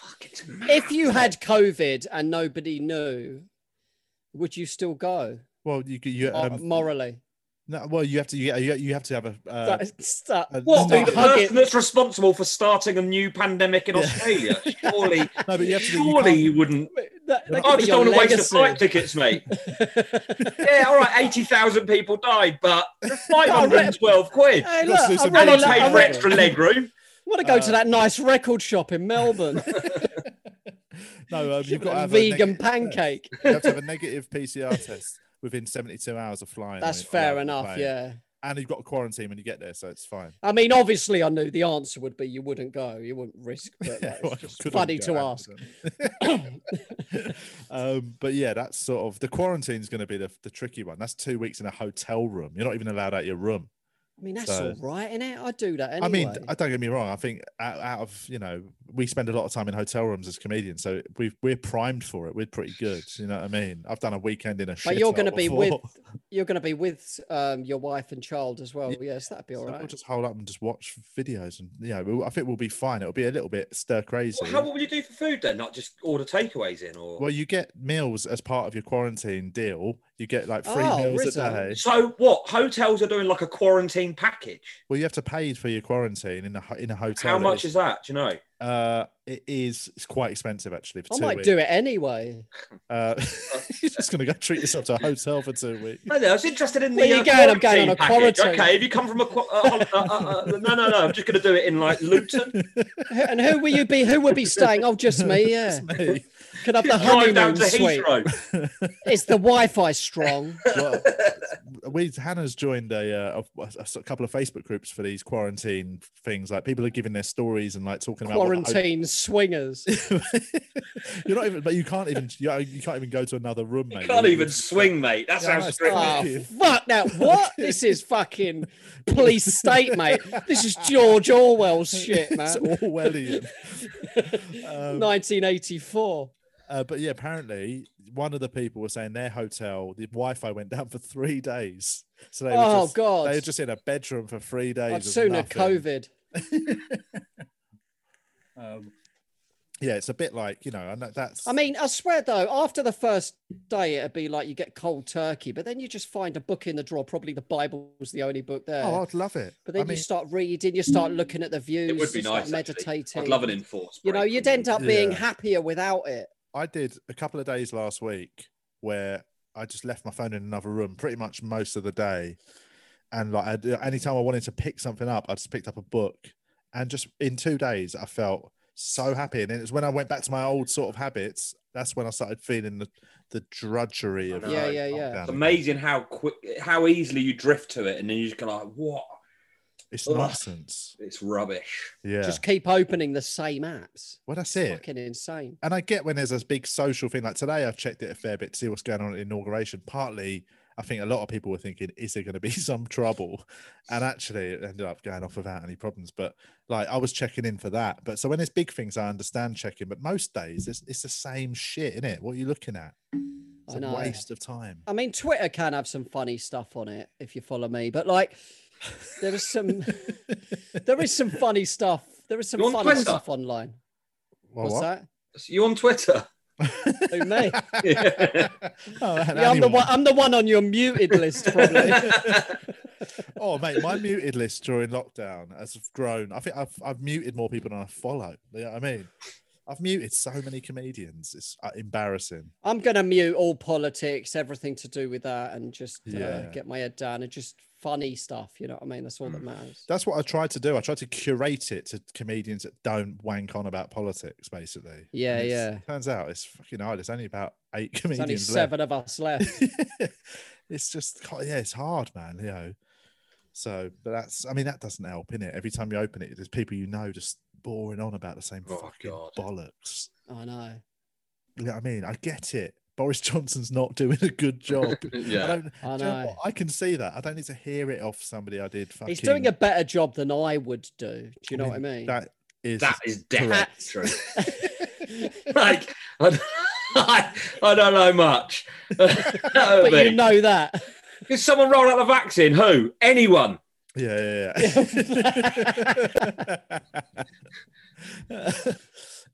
Speaker 4: Fuck, it's mad.
Speaker 2: If you had COVID and nobody knew, would you still go
Speaker 1: Well, you you
Speaker 2: Mor-
Speaker 1: um,
Speaker 2: morally?
Speaker 1: no, well you have to you, you you have to have a uh,
Speaker 2: That's- that-
Speaker 1: uh,
Speaker 4: What?
Speaker 1: no,
Speaker 4: The
Speaker 2: Stop hug
Speaker 4: person
Speaker 2: it.
Speaker 4: that's responsible for starting a new pandemic in
Speaker 1: Yeah.
Speaker 4: Australia? Surely,
Speaker 1: no, but you have to. do- you
Speaker 4: surely
Speaker 1: can't-
Speaker 4: you wouldn't.
Speaker 2: that- that
Speaker 1: Look,
Speaker 2: could be
Speaker 4: I just
Speaker 2: your
Speaker 4: don't want to waste
Speaker 2: legacy.
Speaker 4: the flight tickets, mate. yeah, all right, 80,000 people died, but the
Speaker 2: Oh,
Speaker 4: 512 quid.
Speaker 2: Hey,
Speaker 1: Let's
Speaker 2: look,
Speaker 1: do
Speaker 2: I
Speaker 1: some
Speaker 4: And
Speaker 2: really
Speaker 4: he
Speaker 1: Well,
Speaker 2: like- I
Speaker 4: paid for
Speaker 2: really-
Speaker 4: extra leg room.
Speaker 2: want to go
Speaker 1: Uh,
Speaker 2: to that nice record shop in Melbourne.
Speaker 1: no, um, you've got to have a
Speaker 2: vegan
Speaker 1: neg-
Speaker 2: pancake.
Speaker 1: you have to have a negative PCR test within 72 hours of flying.
Speaker 2: That's
Speaker 1: I mean,
Speaker 2: fair
Speaker 1: allowed on the
Speaker 2: enough.
Speaker 1: plane.
Speaker 2: Yeah.
Speaker 1: and you've got a quarantine when you get there, so it's fine.
Speaker 2: I mean, obviously, I knew the answer would be you wouldn't go. You wouldn't risk. But
Speaker 1: Yeah,
Speaker 2: like,
Speaker 1: well, I
Speaker 2: it's just
Speaker 1: couldn't
Speaker 2: funny
Speaker 1: go
Speaker 2: to
Speaker 1: out
Speaker 2: ask.
Speaker 1: with them. um, but yeah, that's sort of the quarantine is going to be the, the tricky one. That's two weeks in a hotel room. You're not even allowed out your room.
Speaker 2: I mean, that's
Speaker 1: So-
Speaker 2: all right, isn't it? I do that
Speaker 1: I
Speaker 2: anyway.
Speaker 1: mean, I don't get me wrong. I think out, out of you know, we spend a lot of time in hotel rooms as comedians, so we we're primed for it. We're pretty good. You know what I mean? I've done a weekend in a.
Speaker 2: but you're
Speaker 1: going to
Speaker 2: be with you're going to be with um, your wife and child as well.
Speaker 1: Yeah.
Speaker 2: Yes, that'd be all
Speaker 1: So
Speaker 2: right.
Speaker 1: We'll just hold up and just watch videos, and you know, we'll, I think we'll be fine. It'll be a little bit stir crazy.
Speaker 4: Well, how what would you do for food then? Not just order takeaways in, or
Speaker 1: Well, you get meals as part of your quarantine deal. You get like free
Speaker 2: Oh,
Speaker 1: meals
Speaker 2: Rizzo.
Speaker 1: a day.
Speaker 4: so what? Hotels are doing like a quarantine package.
Speaker 1: Well, you have to pay for your quarantine in a ho- in a hotel.
Speaker 4: How much is that? Do you know?
Speaker 1: Uh, it is. It's quite expensive actually. For
Speaker 2: I
Speaker 1: two
Speaker 2: might
Speaker 1: weeks.
Speaker 2: do it anyway.
Speaker 1: Uh, you're just gonna go treat yourself to a hotel for two weeks.
Speaker 4: No, no, I was interested in the.
Speaker 2: Where you
Speaker 4: uh,
Speaker 2: going? I'm going on a
Speaker 4: package.
Speaker 2: quarantine.
Speaker 4: Okay, have you come from a? qua- Uh, uh, uh, uh, no, no, no. I'm just going to do it in like Luton.
Speaker 2: Who- and who will you be? Who will be staying? Oh, just me. Yeah,
Speaker 1: Hey,
Speaker 2: could have the
Speaker 4: Drive
Speaker 2: honeymoon
Speaker 4: down to
Speaker 2: suite.
Speaker 4: Heathrow.
Speaker 2: It's the Wi-Fi strong.
Speaker 1: well, we Hannah's joined a, uh, a- a, a couple of Facebook groups for these quarantine things. Like people are giving their stories and like talking about what the ho-
Speaker 2: Quarantine swingers.
Speaker 1: You're not even, but you can't even you uh, you can't even go to another room, mate.
Speaker 4: You can't even swing, mate. That
Speaker 1: Yeah,
Speaker 4: sounds
Speaker 1: that's
Speaker 4: strict.
Speaker 1: tough.
Speaker 2: Oh, fuck now. What? This is fucking police state, mate. This is George Orwell's shit,
Speaker 1: It's
Speaker 2: man.
Speaker 1: Orwellian. Um,
Speaker 2: 1984.
Speaker 1: uh, but yeah, apparently one of the people was saying their hotel the Wi-Fi went down for three days, so they were
Speaker 2: Oh,
Speaker 1: just,
Speaker 2: God.
Speaker 1: they were just in a bedroom for three days.
Speaker 2: I'd
Speaker 1: of
Speaker 2: sooner
Speaker 1: nothing.
Speaker 2: COVID.
Speaker 1: Um, yeah, it's a bit like you know, and that, that's.
Speaker 2: I mean, I swear though, after the first day, it'd be like you get cold turkey, but then you just find a book in the drawer. Probably the Bible was the only book there.
Speaker 1: oh, I'd love it.
Speaker 2: but then
Speaker 1: I mean,
Speaker 2: you start reading, you start looking at the views,
Speaker 4: It would be
Speaker 2: you start
Speaker 4: nice. actually.
Speaker 2: meditating.
Speaker 4: I'd love an enforced.
Speaker 2: You know,
Speaker 4: break.
Speaker 2: you'd end up being
Speaker 1: Yeah.
Speaker 2: happier without it.
Speaker 1: I did a couple of days last week where I just left my phone in another room pretty much most of the day. And like, I'd, uh, anytime I wanted to pick something up, I just picked up a book. And just in two days, I felt so happy. And it was when I went back to my old sort of habits, that's when I started feeling the, the drudgery of
Speaker 4: I know.
Speaker 1: like,
Speaker 2: Yeah, yeah, yeah.
Speaker 1: lockdown
Speaker 4: It's
Speaker 1: again.
Speaker 4: amazing how quick, how easily you drift to it, and then you just go like, "What?
Speaker 1: It's
Speaker 4: Ugh.
Speaker 1: nonsense.
Speaker 4: It's rubbish."
Speaker 1: Yeah.
Speaker 2: Just keep opening the same apps.
Speaker 1: well, that's it.
Speaker 2: Fucking insane.
Speaker 1: and I get when there's a big social thing like today, I've checked it a fair bit to see what's going on at the inauguration. Partly, I think a lot of people were thinking, is there going to be some trouble? And actually, it ended up going off without any problems. But like, I was checking in for that. But so when there's big things, I understand checking. But most days, it's, it's the same shit, is it? What are you looking at? It's
Speaker 2: I
Speaker 1: a
Speaker 2: know.
Speaker 1: waste of time.
Speaker 2: I mean, Twitter can have some funny stuff on it if you follow me, but like, there is some, there is some funny stuff. There is some
Speaker 4: You're on
Speaker 2: funny
Speaker 4: Twitter?
Speaker 2: stuff online.
Speaker 1: Well,
Speaker 2: What's
Speaker 1: what?
Speaker 4: So you on Twitter?
Speaker 2: that? Who me?
Speaker 4: Yeah.
Speaker 1: Oh, and
Speaker 2: Yeah, I'm the
Speaker 1: anyone.
Speaker 2: one. I'm the one on your muted list, probably.
Speaker 1: oh, mate, my muted list during lockdown has grown. I think I've, I've muted more people than I follow. You know what I mean? I've muted so many comedians. It's uh, embarrassing.
Speaker 2: I'm gonna mute all politics, everything to do with that, and just
Speaker 1: Yeah.
Speaker 2: uh, get my head down and just funny stuff. You know what I mean? That's all
Speaker 1: Mm.
Speaker 2: that matters.
Speaker 1: That's what I tried to do. I tried to curate it to comedians that don't wank on about politics, basically.
Speaker 2: Yeah,
Speaker 1: And it's-
Speaker 2: yeah.
Speaker 1: Turns out it's fucking hard. It's only about eight
Speaker 2: There's only
Speaker 1: comedians left.
Speaker 2: seven of us left.
Speaker 1: it's just God, yeah, it's hard, man. You know. So, but that's I mean that doesn't help, innit? Every time you open it, there's people you know just boring on about the same
Speaker 4: Oh,
Speaker 1: fucking
Speaker 4: God.
Speaker 1: bollocks.
Speaker 2: I know.
Speaker 1: You know what I mean? I get it. Boris Johnson's not doing a good job. I
Speaker 4: yeah.
Speaker 1: don't.
Speaker 2: I
Speaker 1: do you know
Speaker 2: know.
Speaker 1: what? I can see that. I don't need to hear it off somebody. I did. Fucking,
Speaker 2: He's doing a better job than I would do. Do you know what I mean?
Speaker 1: That is
Speaker 4: That is
Speaker 1: correct.
Speaker 4: definitely true. like, I don't, I, don't know much.
Speaker 2: but
Speaker 4: but
Speaker 2: you know that.
Speaker 4: Did someone roll out the vaccine? Who? Anyone?
Speaker 1: Yeah, yeah, yeah.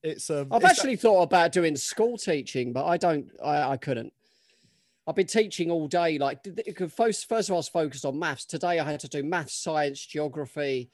Speaker 1: it's um.
Speaker 2: I've
Speaker 1: it's
Speaker 2: actually thought about doing school teaching, but I don't. I, I couldn't. I've been teaching all day. Like did- it could- first, first of all, I was focused on maths. Today, I had to do maths, science, geography,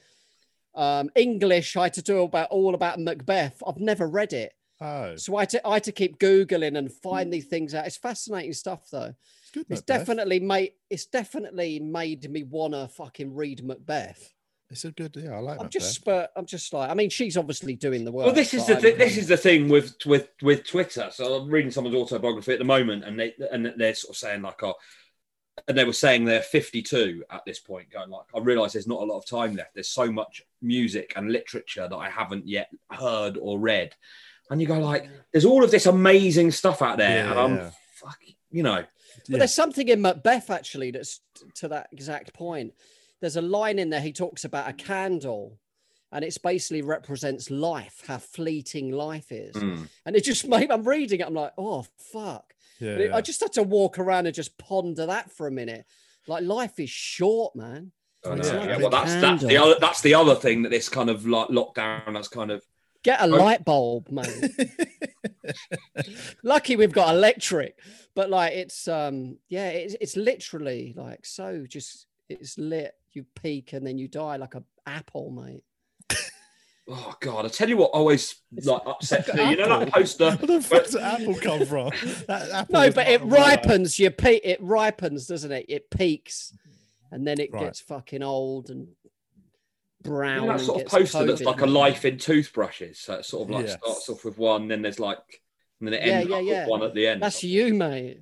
Speaker 2: um, English. I had to do about all about Macbeth. I've never read it,
Speaker 1: that- oh, it's
Speaker 2: so I had to, I had to keep googling and find these things out. It's fascinating stuff, though.
Speaker 1: good.
Speaker 2: It's
Speaker 1: Macbeth.
Speaker 2: definitely made. It's definitely made me wanna fucking read Macbeth.
Speaker 1: It's a good. Yeah, I like.
Speaker 2: I'm
Speaker 1: Macbeth.
Speaker 2: just. But I'm just like. I mean, she's obviously doing the work.
Speaker 4: Well, this is the
Speaker 2: but
Speaker 4: thi-
Speaker 2: I'm-
Speaker 4: this is the thing with with with Twitter. So I'm reading someone's autobiography at the moment, and they and they're sort of saying like, "Oh," and they were saying they're 52 at this point, going like, "I realise there's not a lot of time left. There's so much music and literature that I haven't yet heard or read," and you go like, "There's all of this amazing stuff out there,
Speaker 1: Yeah,
Speaker 4: and I'm
Speaker 1: yeah.
Speaker 4: fucking, you know,
Speaker 2: But
Speaker 1: Yeah.
Speaker 2: there's something in Macbeth actually that's t- to that exact point. There's a line in there he talks about a candle, and it's basically represents life, how fleeting life is.
Speaker 4: mm,
Speaker 2: And it just made I'm reading it, I'm like, oh fuck.
Speaker 1: Yeah,
Speaker 2: And it- I
Speaker 1: yeah.
Speaker 2: just had to walk around and just ponder that for a minute. Like life is short, man.
Speaker 4: I know.
Speaker 1: It's like
Speaker 4: Yeah,
Speaker 1: a
Speaker 4: well, that's that's the
Speaker 2: candle.
Speaker 4: other that's the other thing that this kind of like lockdown that's kind of
Speaker 2: Get a
Speaker 4: Oh.
Speaker 2: light bulb, man. Lucky we've got electric, but like it's um yeah, it's it's literally like so just it's lit. You peak and then you die like a apple, mate.
Speaker 4: oh god. I tell you what, always like upsets
Speaker 1: like
Speaker 4: me. You know
Speaker 1: apple.
Speaker 4: that poster.
Speaker 1: Where the fuck's apple come from? That apple
Speaker 2: No,
Speaker 1: was
Speaker 2: but
Speaker 1: not
Speaker 2: it
Speaker 1: a word.
Speaker 2: ripens. You peak. It ripens, doesn't it? It peaks, and then it
Speaker 1: Right.
Speaker 2: gets fucking old and
Speaker 4: You
Speaker 2: brown.
Speaker 4: know that
Speaker 2: and
Speaker 4: sort of
Speaker 2: gets
Speaker 4: poster that's
Speaker 2: COVID.
Speaker 4: like a life in toothbrushes. So it sort of like
Speaker 1: Yes.
Speaker 4: starts off with one, then there's like, and then it
Speaker 2: Yeah,
Speaker 4: ends
Speaker 2: yeah,
Speaker 4: up
Speaker 2: yeah.
Speaker 4: with one at the end.
Speaker 2: That's you, mate.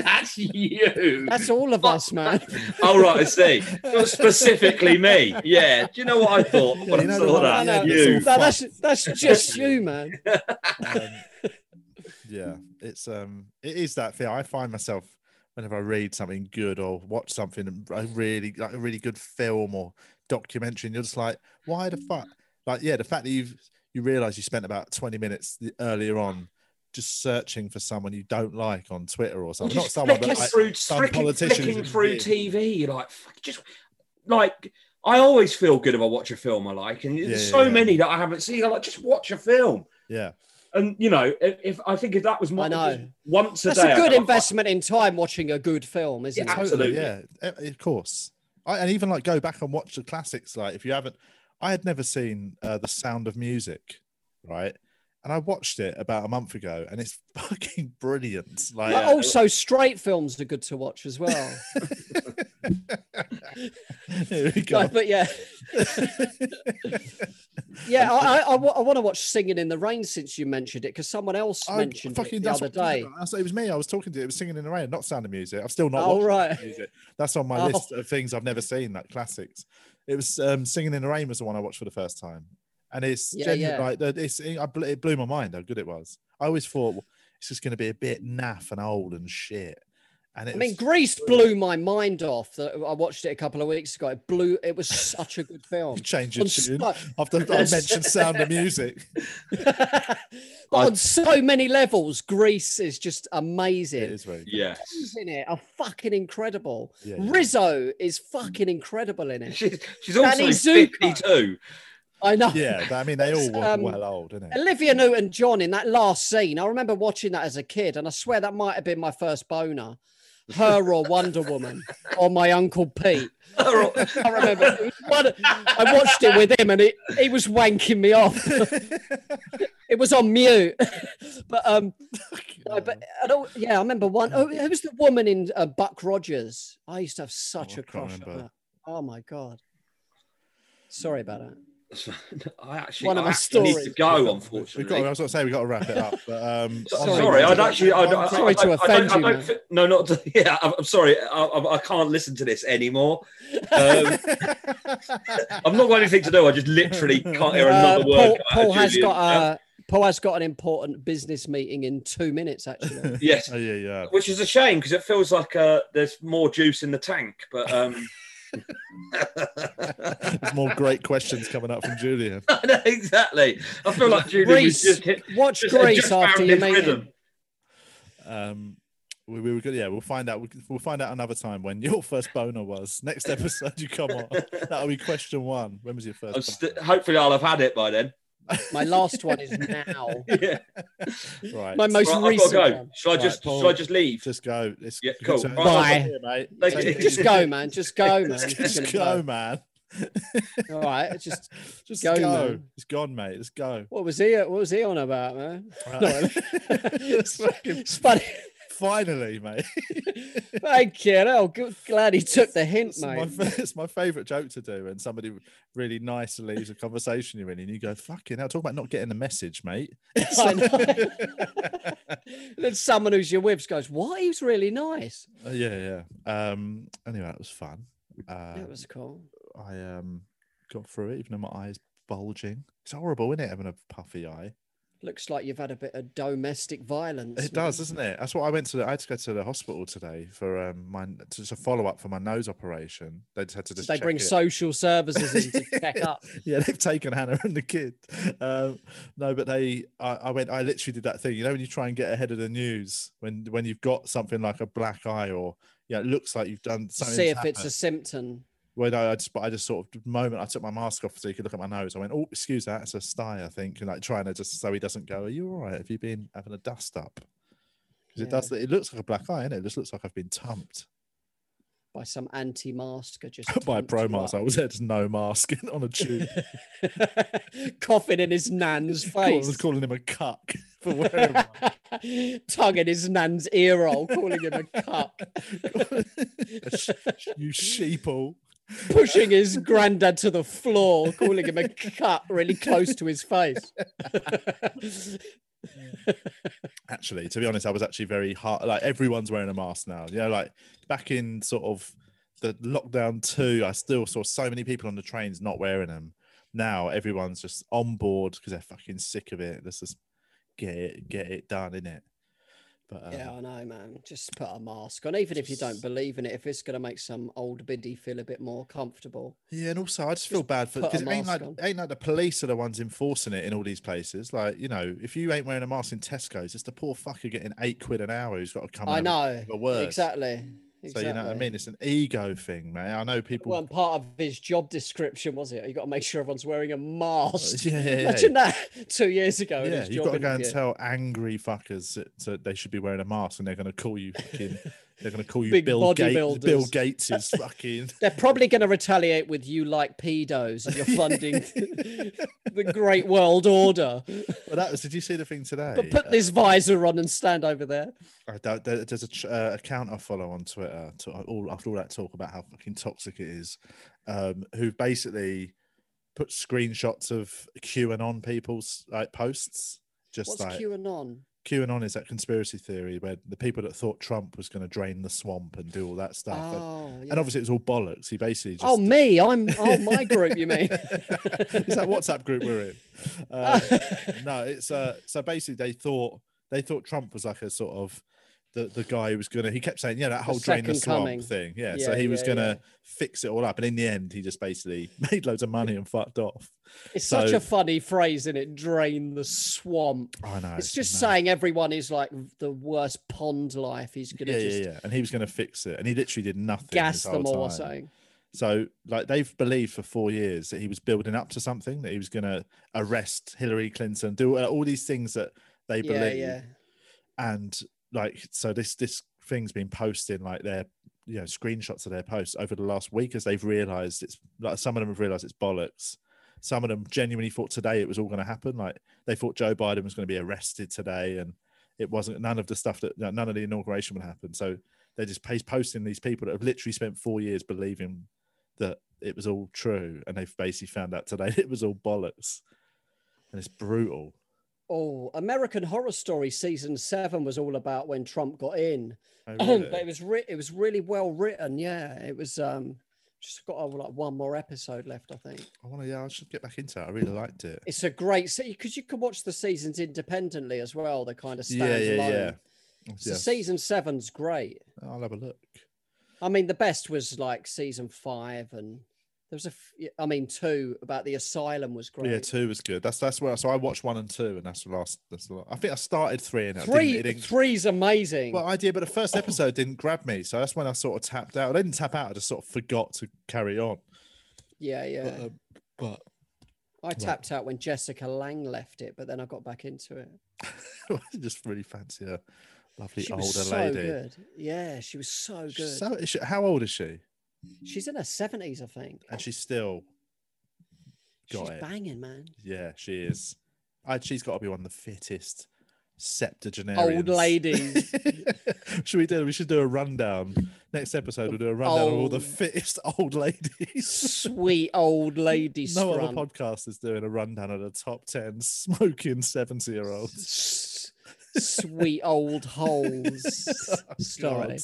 Speaker 4: that's you.
Speaker 2: That's all of us, man.
Speaker 4: All right, I see. Not specifically me. Yeah. Do you know what I thought?
Speaker 1: Yeah, you
Speaker 4: When I
Speaker 1: know the
Speaker 4: saw
Speaker 1: one
Speaker 4: that,
Speaker 1: at the end
Speaker 4: you.
Speaker 2: No, that's that's just you, man.
Speaker 1: Um, yeah, it's um, it is that thing. I find myself whenever I read something good or watch something, a really like a really good film or documentary, and you're just like, why the fuck? Like, yeah, the fact that you've you realise you spent about twenty minutes the- earlier on just searching for someone you don't like on Twitter or
Speaker 4: Well,
Speaker 1: something. Not
Speaker 4: just
Speaker 1: someone, but
Speaker 4: flicking
Speaker 1: like,
Speaker 4: through,
Speaker 1: some
Speaker 4: flicking-
Speaker 1: politician
Speaker 4: flicking
Speaker 1: who's
Speaker 4: through
Speaker 1: weird.
Speaker 4: TV, you're like fuck, just like I always feel good if I watch a film I like, and there's
Speaker 1: Yeah, yeah,
Speaker 4: so
Speaker 1: yeah.
Speaker 4: many that I haven't seen. I like just watch a film,
Speaker 1: yeah,
Speaker 4: and you know, if, if I think if that was my
Speaker 2: I know.
Speaker 4: just once a
Speaker 2: That's
Speaker 4: day,
Speaker 2: a
Speaker 4: I'd
Speaker 2: good
Speaker 4: go,
Speaker 2: investment in time watching a good film, isn't
Speaker 4: Yeah,
Speaker 2: it?
Speaker 4: absolutely.
Speaker 1: Yeah, E- of course. I, and even like go back and watch the classics. Like if you haven't, I had never seen uh, The Sound of Music, right? And I watched it about a month ago, and it's fucking brilliant. Like,
Speaker 2: But also, straight films are good to watch as well.
Speaker 1: here we
Speaker 2: No,
Speaker 1: go.
Speaker 2: but yeah, yeah, I, I, I, want to watch Singing in the Rain since you mentioned it because someone else
Speaker 1: I
Speaker 2: mentioned it the
Speaker 1: that's
Speaker 2: other
Speaker 1: what I'm talking
Speaker 2: day.
Speaker 1: about. That's- it was me. I was talking to. It was singing in the rain, not Sound of Music. I've still not.
Speaker 2: Oh,
Speaker 1: watched Sound
Speaker 2: right.
Speaker 1: of Music. That's on my
Speaker 2: Oh.
Speaker 1: list of things I've never seen. Like classics. It was um, singing in the rain was the one I watched for the first time, and it's
Speaker 2: Yeah,
Speaker 1: genuine,
Speaker 2: yeah.
Speaker 1: like the- it's. It, I bl- it blew my mind how good it was. I always thought it's just going to be a bit naff and old and shit. And it
Speaker 2: I mean,
Speaker 1: was-
Speaker 2: Grease blew my mind off. That I watched it a couple of weeks ago. It blew. It was such a good film.
Speaker 1: change your
Speaker 2: On
Speaker 1: tune
Speaker 2: so,
Speaker 1: after I mentioned Sound of Music.
Speaker 2: but on so many levels, Grease is just amazing.
Speaker 1: It is very good.
Speaker 4: Yes.
Speaker 2: She's in it are fucking incredible.
Speaker 1: Yeah, yeah.
Speaker 2: Rizzo is fucking incredible in it.
Speaker 4: She's, she's also
Speaker 2: Danny Zuko.
Speaker 4: 52
Speaker 2: I know.
Speaker 1: Yeah, but I mean, they all were
Speaker 2: Um,
Speaker 1: well old, isn't it?
Speaker 2: Olivia Newton John in that last scene. I remember watching that as a kid, and I swear that might have been my first boner. Her or Wonder Woman or my Uncle Pete. I remember it was one, I watched it with him and it, he was wanking me off. it was on mute. but um no, but I don't, yeah, I remember one oh, who was the woman in uh, Buck Rogers? I used to have such
Speaker 1: Oh, I
Speaker 2: a crush on
Speaker 1: can't remember.
Speaker 2: her. Oh my god. Sorry about that.
Speaker 4: I actually,
Speaker 2: One of
Speaker 4: I
Speaker 2: my
Speaker 4: actually need to
Speaker 2: stories.
Speaker 4: go,
Speaker 1: We've
Speaker 4: unfortunately.
Speaker 1: got, I was going to say we got to wrap it up, but um,
Speaker 2: Sorry.
Speaker 4: Sorry, I'd actually. I'd, I-
Speaker 2: Sorry
Speaker 4: I-
Speaker 2: to
Speaker 4: I-
Speaker 2: offend
Speaker 4: I don't,
Speaker 2: you,
Speaker 4: I don't
Speaker 2: mate.
Speaker 4: fi- no, not to- yeah. I'm, I'm sorry. I, I, I can't listen to this anymore. Um, I've not got anything to do. I just literally can't hear
Speaker 2: Uh,
Speaker 4: another word.
Speaker 2: Paul, Paul
Speaker 4: come out of
Speaker 2: has
Speaker 4: Julian.
Speaker 2: got uh, a Paul has got an important business meeting in two minutes. Actually,
Speaker 4: yes,
Speaker 1: Oh yeah, yeah.
Speaker 4: which is a shame because it feels like uh, there's more juice in the tank. But um,
Speaker 1: There's more great questions coming up from Julian.
Speaker 4: I know, exactly. I feel like Julian
Speaker 2: Reece,
Speaker 4: was just hit.
Speaker 2: watch
Speaker 4: Just,
Speaker 2: Grease
Speaker 4: just
Speaker 2: after
Speaker 4: found
Speaker 2: you
Speaker 4: his
Speaker 2: meet
Speaker 4: rhythm.
Speaker 2: him.
Speaker 1: Um, we, we were good. Yeah, we'll find out. We, can- we'll find out another time when your first boner was. Next episode, you come on. That'll be question one. When was your first?
Speaker 4: I'm
Speaker 1: boner?
Speaker 4: st- hopefully, I'll have had it by then.
Speaker 2: My last one is now.
Speaker 4: Yeah.
Speaker 1: right.
Speaker 2: My most
Speaker 4: Right, I've got
Speaker 2: recent
Speaker 4: to go.
Speaker 2: one.
Speaker 4: Shall I
Speaker 1: Right,
Speaker 4: just?
Speaker 1: Paul.
Speaker 4: shall I just leave?
Speaker 1: Just go. It's
Speaker 4: Yeah,
Speaker 1: good
Speaker 4: cool.
Speaker 1: to-
Speaker 4: Right,
Speaker 2: Bye.
Speaker 1: Yeah, mate.
Speaker 4: Thank
Speaker 1: Take
Speaker 4: you.
Speaker 1: it
Speaker 2: Just
Speaker 1: easy.
Speaker 2: go, man. Just go, man.
Speaker 1: Just go, man.
Speaker 2: All right. Just
Speaker 1: Just
Speaker 2: Go,
Speaker 1: go.
Speaker 2: man.
Speaker 1: It's gone, mate. Let's go.
Speaker 2: what was he? What was he on about, man?
Speaker 1: Right. It's fucking-
Speaker 2: it's funny.
Speaker 1: Finally, mate.
Speaker 2: Thank you. Oh, good, glad he took the hint,
Speaker 1: It's
Speaker 2: mate.
Speaker 1: My, fa- it's my favorite joke to do when somebody really nice leaves a conversation you're in and you go, fucking hell, talk about not getting the message, mate. It's
Speaker 2: I
Speaker 1: like-
Speaker 2: then someone who's your whips goes, "What? He was really nice."
Speaker 1: Uh, yeah, yeah. Um, anyway, that was fun. Uh,
Speaker 2: That was cool.
Speaker 1: I um, got through it, even though my eyes bulging. It's horrible, isn't it, having a puffy eye?
Speaker 2: Looks like you've had a bit of domestic violence.
Speaker 1: It does, doesn't it? That's what I went to. The, I had to go to the hospital today for um, my to, to follow up for my nose operation. They just had to just
Speaker 2: they
Speaker 1: check
Speaker 2: bring
Speaker 1: it.
Speaker 2: social services in to check up.
Speaker 1: Yeah, they've taken Hannah and the kid. Um, no, but they, I, I went. I literally did that thing. You know, when you try and get ahead of the news, when when you've got something like a black eye or yeah, it looks like you've done something.
Speaker 2: see if it's a symptom.
Speaker 1: Well, no, I just, but I just sort of the moment I took my mask off so you could look at my nose. I went, oh, excuse that, it's a sty, I think, and like trying to just so he doesn't go, are you all right? Have you been having a dust up? Because it does. It looks like a black eye, and it? it just looks like I've been tumped
Speaker 2: by some anti-masker just
Speaker 1: by a
Speaker 2: dumped
Speaker 1: pro
Speaker 2: you
Speaker 1: mask. I
Speaker 2: up.
Speaker 1: was there, just no mask on a tube.
Speaker 2: coughing in his nan's
Speaker 1: I was
Speaker 2: face,
Speaker 1: calling him a cuck for wearing one.
Speaker 2: tongue in his nan's ear roll, calling him a cuck,
Speaker 1: you sheeple.
Speaker 2: pushing his granddad to the floor, calling him a cuck really close to his face.
Speaker 1: Actually, to be honest, I was actually very hard. Like everyone's wearing a mask now. You know, like back in sort of the lockdown two, I still saw so many people on the trains not wearing them. Now everyone's just on board because they're fucking sick of it. Let's just get it, get it done, innit? But uh,
Speaker 2: yeah, I know, man. Just put a mask on, even if you don't believe in it. If it's going to make some old biddy feel a bit more comfortable,
Speaker 1: Yeah, and also I just feel bad for
Speaker 2: put a
Speaker 1: because it ain't
Speaker 2: mask
Speaker 1: like
Speaker 2: on.
Speaker 1: ain't like the police are the ones enforcing it in all these places. Like you know, if you ain't wearing a mask in Tesco's, it's the poor fucker getting eight quid an hour who's got to come.
Speaker 2: I
Speaker 1: and have
Speaker 2: know
Speaker 1: a word.
Speaker 2: exactly.
Speaker 1: a- So you know what I
Speaker 2: exactly.
Speaker 1: mean? It's an ego thing, man. I know people.
Speaker 2: weren't part of his job description, was it? You got to make sure everyone's wearing a mask.
Speaker 1: yeah, yeah, yeah.
Speaker 2: Imagine that two years ago. in
Speaker 1: Yeah,
Speaker 2: his
Speaker 1: you've
Speaker 2: job
Speaker 1: got to go and
Speaker 2: interview.
Speaker 1: tell angry fuckers that, that they should be wearing a mask, and they're going to call you fucking. they're going to call you
Speaker 2: Big
Speaker 1: Bill Gates. Bill
Speaker 2: bodybuilders.
Speaker 1: Gates is fucking.
Speaker 2: They're probably going to retaliate with you like pedos and you're funding the Great World Order.
Speaker 1: Well, that was. Did you see the thing today?
Speaker 2: But put this visor on and stand over there.
Speaker 1: I don't, there, there's a tr- uh, account I follow on Twitter. To, all after all that talk about how fucking toxic it is, um, who basically put screenshots of QAnon people's like posts. Just
Speaker 2: What's
Speaker 1: like
Speaker 2: QAnon?
Speaker 1: QAnon is that conspiracy theory where the people that thought Trump was going to drain the swamp and do all that stuff, and,
Speaker 2: Oh, yeah.
Speaker 1: and obviously it was all bollocks. He basically just
Speaker 2: oh, me. I'm oh my group. You mean?
Speaker 1: is that WhatsApp group we're in? Uh, no, it's uh, so basically they thought they thought Trump was like a sort of the, the guy who was gonna. He kept saying, yeah, that whole drain the
Speaker 2: second
Speaker 1: swamp
Speaker 2: coming.
Speaker 1: thing. Yeah, so
Speaker 2: Yeah,
Speaker 1: he was
Speaker 2: yeah,
Speaker 1: gonna
Speaker 2: yeah.
Speaker 1: fix it all up, and in the end, he just basically made loads of money and fucked off.
Speaker 2: It's such
Speaker 1: So-
Speaker 2: a funny phrase, isn't it? Drain the swamp.
Speaker 1: I know.
Speaker 2: It's just
Speaker 1: mad.
Speaker 2: saying everyone is like the worst pond life. He's gonna
Speaker 1: Yeah,
Speaker 2: just
Speaker 1: yeah, yeah, and he was going to fix it, and he literally did nothing.
Speaker 2: gas
Speaker 1: this whole
Speaker 2: them or
Speaker 1: time.
Speaker 2: something.
Speaker 1: So, like, they've believed for four years that he was building up to something, that he was going to arrest Hillary Clinton, do uh, all these things that they
Speaker 2: Yeah,
Speaker 1: believe.
Speaker 2: yeah.
Speaker 1: and like so this this thing's been posting like their you know screenshots of their posts over the last week as they've realized it's like some of them have realized it's bollocks some of them genuinely thought today it was all going to happen like they thought joe biden was going to be arrested today and it wasn't none of the stuff that no- none of the inauguration would happen so they're just pa- posting these people that have literally spent four years believing that it was all true and they've basically found out today it was all bollocks and it's brutal
Speaker 2: Oh, American Horror Story season seven was all about when Trump got in.
Speaker 1: Oh,
Speaker 2: but
Speaker 1: really?
Speaker 2: it was re- it was really well written. Yeah, it was. um Just got oh, like one more episode left, I think.
Speaker 1: I want to. Yeah, I should get back into it. I really liked it.
Speaker 2: It's a great series because you can watch the seasons independently as well. They kind of stand
Speaker 1: Yeah, yeah,
Speaker 2: alone.
Speaker 1: yeah.
Speaker 2: So
Speaker 1: Yeah.
Speaker 2: season seven's great.
Speaker 1: I'll have a look.
Speaker 2: I mean, the best was like season five, and there was a. F- I mean, two about the asylum was great.
Speaker 1: Yeah, two was good. That's that's where. So I watched one and two, and that's the last. That's the last. I think I started three and I
Speaker 2: Three,
Speaker 1: didn't, it didn't,
Speaker 2: three's amazing.
Speaker 1: Well, I did, but the first episode didn't grab me, so that's when I sort of tapped out. I didn't tap out. I just sort of forgot to carry on.
Speaker 2: yeah, yeah.
Speaker 1: But, uh, but
Speaker 2: I tapped out when Jessica Lang left it, but then I got back into it.
Speaker 1: I just really fancy a lovely
Speaker 2: She
Speaker 1: older
Speaker 2: was so
Speaker 1: lady.
Speaker 2: good. Yeah, she was so good.
Speaker 1: She's So, is she- how old is she?
Speaker 2: she's in her seventies, I think.
Speaker 1: And she's still. Got
Speaker 2: she's
Speaker 1: it.
Speaker 2: banging, man.
Speaker 1: Yeah, she is. I, she's got to be one of the fittest septuagenarians.
Speaker 2: Old ladies.
Speaker 1: should we do? We should do a rundown. Next episode, we'll do a rundown of all the
Speaker 2: old-
Speaker 1: fittest old ladies.
Speaker 2: Sweet old lady
Speaker 1: No
Speaker 2: scrum.
Speaker 1: other podcast is doing a rundown of the top ten smoking seventy-year-olds.
Speaker 2: S- Sweet old holes.
Speaker 1: Oh,
Speaker 2: Sorry.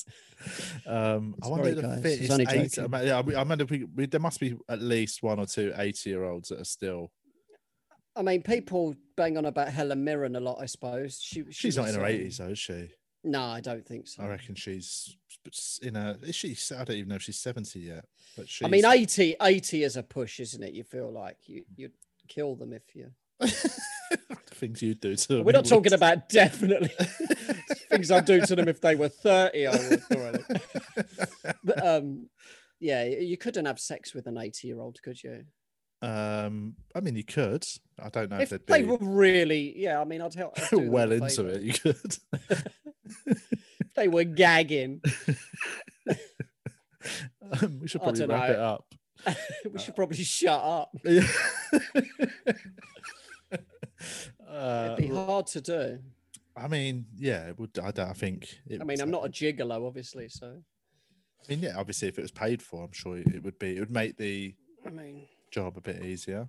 Speaker 1: Um, I wonder who
Speaker 2: Sorry,
Speaker 1: the
Speaker 2: guys. I was
Speaker 1: fittest.
Speaker 2: only
Speaker 1: 80, I
Speaker 2: joking.
Speaker 1: mean, yeah, I mean, I wonder if we, we, there must be at least one or two 80-year-olds that are still.
Speaker 2: I mean, people bang on about Helen Mirren a lot. I suppose she, she
Speaker 1: She's not
Speaker 2: was,
Speaker 1: in her
Speaker 2: um,
Speaker 1: eighties, though, is she?
Speaker 2: No, I don't think so.
Speaker 1: I reckon she's in her. Is she? I don't even know if she's seventy yet. But she's,
Speaker 2: I mean, 80, 80 is a push, isn't it? You feel like you you'd kill them if you.
Speaker 1: things you do too.
Speaker 2: We're not talking about definitely things I'd do to them if they were thirty. I would. already. But, um, yeah, you couldn't have sex with an eighty-year-old, could you?
Speaker 1: Um, I mean, you could. I don't know if, they'd
Speaker 2: if they
Speaker 1: be
Speaker 2: were really, yeah, I mean, I'd help. I'd do them
Speaker 1: well
Speaker 2: a
Speaker 1: into
Speaker 2: favour.
Speaker 1: it. You could.
Speaker 2: If They were gagging.
Speaker 1: Um, we should
Speaker 2: I
Speaker 1: probably
Speaker 2: dunno.
Speaker 1: wrap it up.
Speaker 2: we should probably shut up.
Speaker 1: uh,
Speaker 2: It'd be hard to do.
Speaker 1: I mean, yeah, it would, I, don't- I think. It
Speaker 2: I
Speaker 1: would-
Speaker 2: mean, I'm not a gigolo, obviously. So,
Speaker 1: I mean, yeah, obviously, if it was paid for, I'm sure it would be. It would make the
Speaker 2: I mean,
Speaker 1: job a bit easier.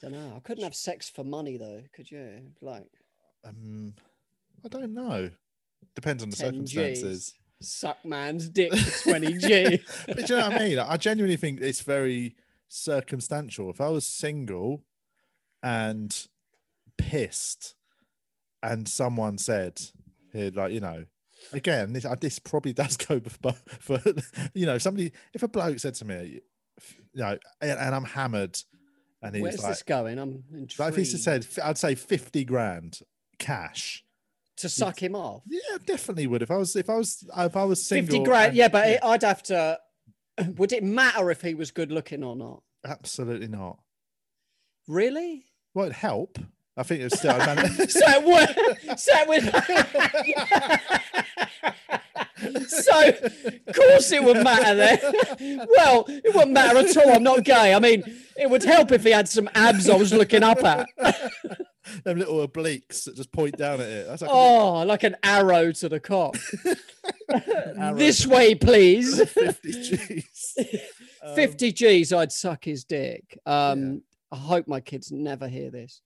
Speaker 2: don't know. I couldn't have sex for money though, could you? Like
Speaker 1: Um, I don't know. Depends on the
Speaker 2: 10
Speaker 1: circumstances.
Speaker 2: G's, suck man's dick for 20 G.
Speaker 1: but do you know what I mean? I genuinely think it's very circumstantial. If I was single and pissed, and someone said, "Here, like you know," again, this, this probably does go for, for you know somebody. If a bloke said to me, you know, and, and I'm hammered, and he's
Speaker 2: Where's
Speaker 1: like,
Speaker 2: this going? I'm intrigued.
Speaker 1: like if he said, I'd say fifty grand cash.
Speaker 2: to suck him off.
Speaker 1: Yeah, I definitely would. If I was, if I was, if I was single,
Speaker 2: 50 grand.
Speaker 1: and-
Speaker 2: Yeah, but it- I'd have to. Would it matter if he was good looking or not?
Speaker 1: absolutely not.
Speaker 2: Really?
Speaker 1: Well, it'd help. I think it's still. I mean,
Speaker 2: so it were- so it would. so, of course, it would matter then. well, it wouldn't matter at all. I'm not gay. I mean, it would help if he had some abs I was looking up at.
Speaker 1: them little obliques that just point down at it. That's like
Speaker 2: Oh, like an arrow to the cock.
Speaker 1: Arrow.
Speaker 2: this way, please.
Speaker 1: 50 G's. Um,
Speaker 2: 50 G's, I'd suck his dick. Um, I hope my kids never hear this,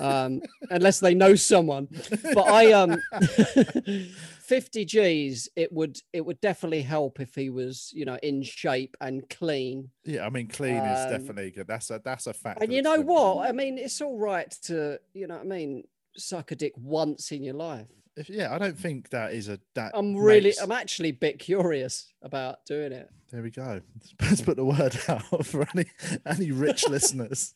Speaker 2: um, unless they know someone. But I, um, 50 G's, it would it would definitely help if he was, you know, in shape and clean.
Speaker 1: Yeah, I mean, clean is
Speaker 2: Um,
Speaker 1: definitely good. That's a that's a fact.
Speaker 2: And you know what? I mean, it's all right to, you know, what I mean, suck a dick once in your life.
Speaker 1: If, yeah, I don't think that is a that.
Speaker 2: I'm really,
Speaker 1: makes-
Speaker 2: I'm actually a bit curious about doing it.
Speaker 1: there we go. Let's put the word out for any any rich listeners.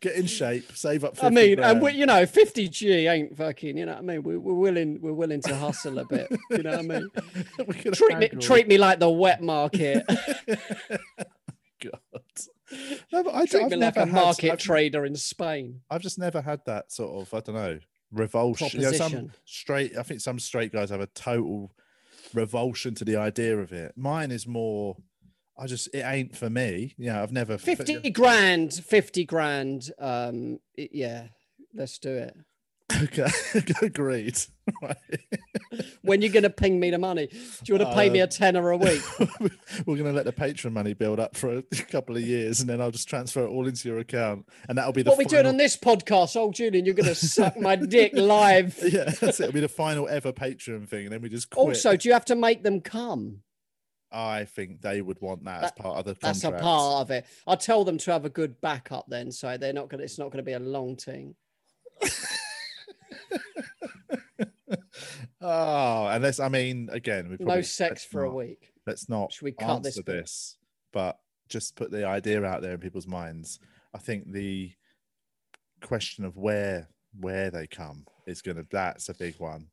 Speaker 1: Get in shape, save up. 50
Speaker 2: I mean, and we,
Speaker 1: grand.
Speaker 2: you know, 50G ain't fucking, you know what I mean? We're, we're willing, we're willing to hustle a bit. You know what I mean?
Speaker 1: we could
Speaker 2: treat me,
Speaker 1: angle.
Speaker 2: treat me like the wet market.
Speaker 1: God. No, but I,
Speaker 2: treat
Speaker 1: have
Speaker 2: me
Speaker 1: never
Speaker 2: like a
Speaker 1: had-
Speaker 2: market
Speaker 1: I've-
Speaker 2: trader in Spain.
Speaker 1: I've just never had that sort of, I don't know, revulsion. You know, some
Speaker 2: Proposition.
Speaker 1: straight, I think some straight guys have a total revulsion to the idea of it. Mine is more, I just, it ain't for me. Yeah, I've never.
Speaker 2: 50 grand, 50 grand. Um, i- yeah, let's do it.
Speaker 1: Okay, agreed. Right.
Speaker 2: When you going to ping me the money? Do you want to
Speaker 1: Uh,
Speaker 2: pay me a tenner a week?
Speaker 1: We're going to let the patron money build up for a couple of years and then I'll just transfer it all into your account. And that'll be the
Speaker 2: What we
Speaker 1: final.
Speaker 2: doing on this podcast? Oh, Julian, you're going to suck my dick live.
Speaker 1: yeah, that's it. It'll be the final ever Patreon thing, and then we just quit.
Speaker 2: Also, do you have to make them come?
Speaker 1: I think they would want that, as
Speaker 2: That-
Speaker 1: part of the
Speaker 2: That's
Speaker 1: contract.
Speaker 2: a part of it. I'll tell them to have a good backup then, so they're not going. to It's not going to be a long thing.
Speaker 1: Oh, unless I mean, again, we probably
Speaker 2: No sex
Speaker 1: let's
Speaker 2: for a
Speaker 1: not-
Speaker 2: week.
Speaker 1: Let's not
Speaker 2: Should we cut
Speaker 1: answer
Speaker 2: this
Speaker 1: this,
Speaker 2: bit?
Speaker 1: but just put the idea out there in people's minds. I think the question of where where they come is going to that's a big one.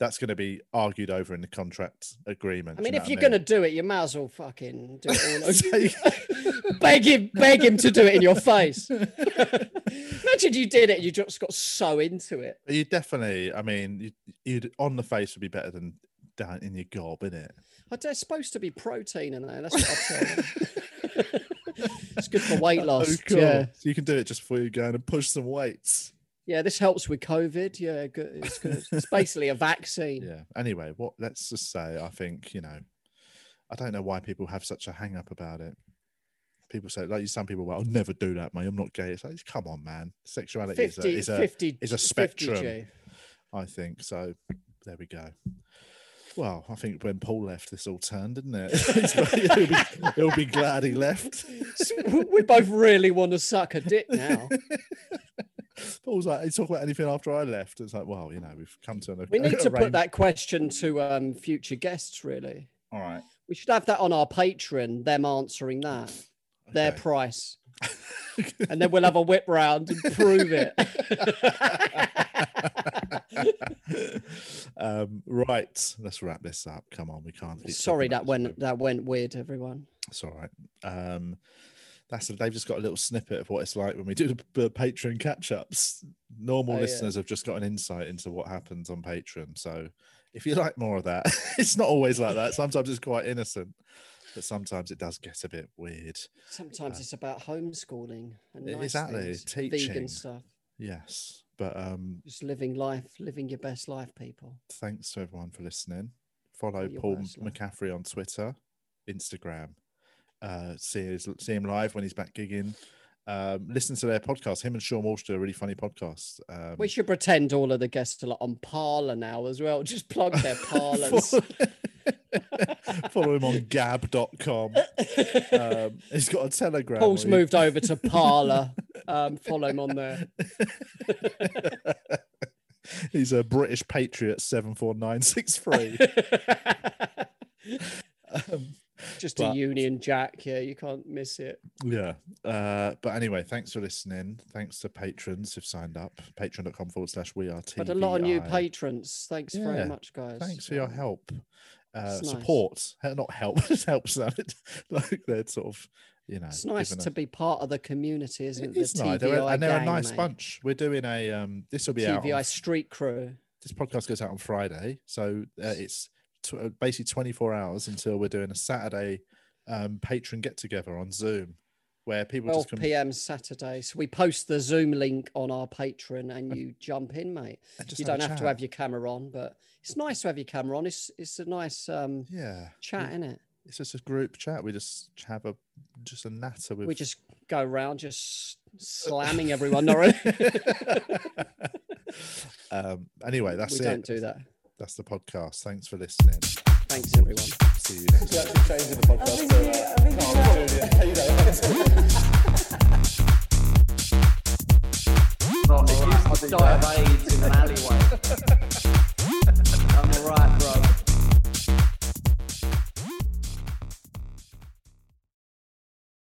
Speaker 1: That's going to be argued over in the contract agreement.
Speaker 2: I
Speaker 1: do you
Speaker 2: mean,
Speaker 1: know
Speaker 2: if
Speaker 1: what
Speaker 2: you're
Speaker 1: I
Speaker 2: going to do it, you might as well fucking do it all over.
Speaker 1: mean?
Speaker 2: beg him, beg him to do it in your face. Imagine you did it, and you just got so into it.
Speaker 1: So you definitely. I mean, you, you'd on the face would be better than down in your gob, innit?
Speaker 2: Oh, There's supposed to be protein in there. That's what I tell them. It's good for weight loss.
Speaker 1: Oh, cool.
Speaker 2: Yeah,
Speaker 1: So you can do it just before you go in and push some weights.
Speaker 2: yeah. This helps with COVID. Yeah, good. It's good. It's basically a vaccine.
Speaker 1: Yeah. Anyway, what let's just say I think, you know, I don't know why people have such a hang up about it. People say like some people well, I'll never do that, mate. I'm not gay. It's like come on, man. Sexuality
Speaker 2: 50,
Speaker 1: is a, is a
Speaker 2: 50
Speaker 1: is a
Speaker 2: 50 G.
Speaker 1: spectrum. I think. So there we go. Well, I think when Paul left, this all turned, didn't it? he'll, be, he'll be glad he left.
Speaker 2: we both really want to suck a dick now.
Speaker 1: Paul's like, he talk about anything after I left. It's like, well, you know, we've come to an.
Speaker 2: We need to put
Speaker 1: arrange-
Speaker 2: that question to um, future guests, really.
Speaker 1: All right.
Speaker 2: We should have that on our Patreon, them answering that, their
Speaker 1: okay.
Speaker 2: price. and then we'll have a whip round and prove it.
Speaker 1: um, right, let's wrap this up. Come on, we can't. keep talking
Speaker 2: Sorry
Speaker 1: about
Speaker 2: that
Speaker 1: this
Speaker 2: went
Speaker 1: forever.
Speaker 2: that went weird, everyone.
Speaker 1: It's all right. Um, that's they've just got a little snippet of what it's like when we do the, the Patreon catch ups. Normal
Speaker 2: Oh, yeah.
Speaker 1: listeners have just got an insight into what happens on Patreon. So if you like more of that, it's not always like that. Sometimes it's quite innocent, but sometimes it does get a bit weird.
Speaker 2: Sometimes it's about homeschooling and
Speaker 1: Uh, E-
Speaker 2: nice
Speaker 1: exactly,
Speaker 2: things,
Speaker 1: teaching.
Speaker 2: vegan stuff.
Speaker 1: Yes. But um,
Speaker 2: Just living life, living your best life, people.
Speaker 1: thanks to everyone for listening. Follow
Speaker 2: You're
Speaker 1: Paul
Speaker 2: most welcome.
Speaker 1: McCaffrey on Twitter, Instagram. Uh, see, his, see him live when he's back gigging. Um, listen to their podcast. Him and Sean Walsh do a really funny podcast. Um,
Speaker 2: We should pretend all of the guests are like on parlor now as well. Just plug their parlors.
Speaker 1: follow, follow him on gab.com. Um, he's got a telegram.
Speaker 2: Paul's
Speaker 1: where he-
Speaker 2: moved over to parlor. Um, follow him on there.
Speaker 1: He's a British Patriot 74963. um,
Speaker 2: Just
Speaker 1: But-
Speaker 2: a Union Jack. Yeah, you can't miss it.
Speaker 1: Yeah. Uh, but anyway, thanks for listening. Thanks to patrons who've signed up. Patreon.com forward slash we are TV.
Speaker 2: Had a lot of new patrons. Thanks
Speaker 1: Yeah,
Speaker 2: very much, guys.
Speaker 1: Thanks for your help. Uh,
Speaker 2: Um, It's nice.
Speaker 1: Support, Uh, not help, it helps them. like they're sort of, you know,
Speaker 2: It's nice
Speaker 1: given a-
Speaker 2: to be part of the community, isn't it?
Speaker 1: It is
Speaker 2: the
Speaker 1: nice. They're, a-
Speaker 2: TVI
Speaker 1: and they're a
Speaker 2: gang,
Speaker 1: nice
Speaker 2: mate.
Speaker 1: bunch. We're doing a, um, this will be out. on-
Speaker 2: TVI Street Crew.
Speaker 1: this podcast goes out on Friday. So uh, it's tw- uh, basically 24 hours until we're doing a Saturday um, patron get together on Zoom where people
Speaker 2: 12
Speaker 1: just come
Speaker 2: p.m. Saturday. So we post the Zoom link on our Patreon, and you jump in, mate.
Speaker 1: and just
Speaker 2: You
Speaker 1: a
Speaker 2: don't have to
Speaker 1: chat.
Speaker 2: have your camera on, but it's nice to have your camera on. It's it's a nice um,
Speaker 1: Yeah.
Speaker 2: chat, is it?
Speaker 1: it's just a group chat. We just have a just a natter with.
Speaker 2: We just go around just slamming everyone. No, right?
Speaker 1: um. Anyway, that's
Speaker 2: we
Speaker 1: it.
Speaker 2: don't do that.
Speaker 1: That's the podcast. Thanks for listening.
Speaker 2: Thanks, everyone.
Speaker 1: See you. Next
Speaker 3: Not if you die of AIDS in an alleyway.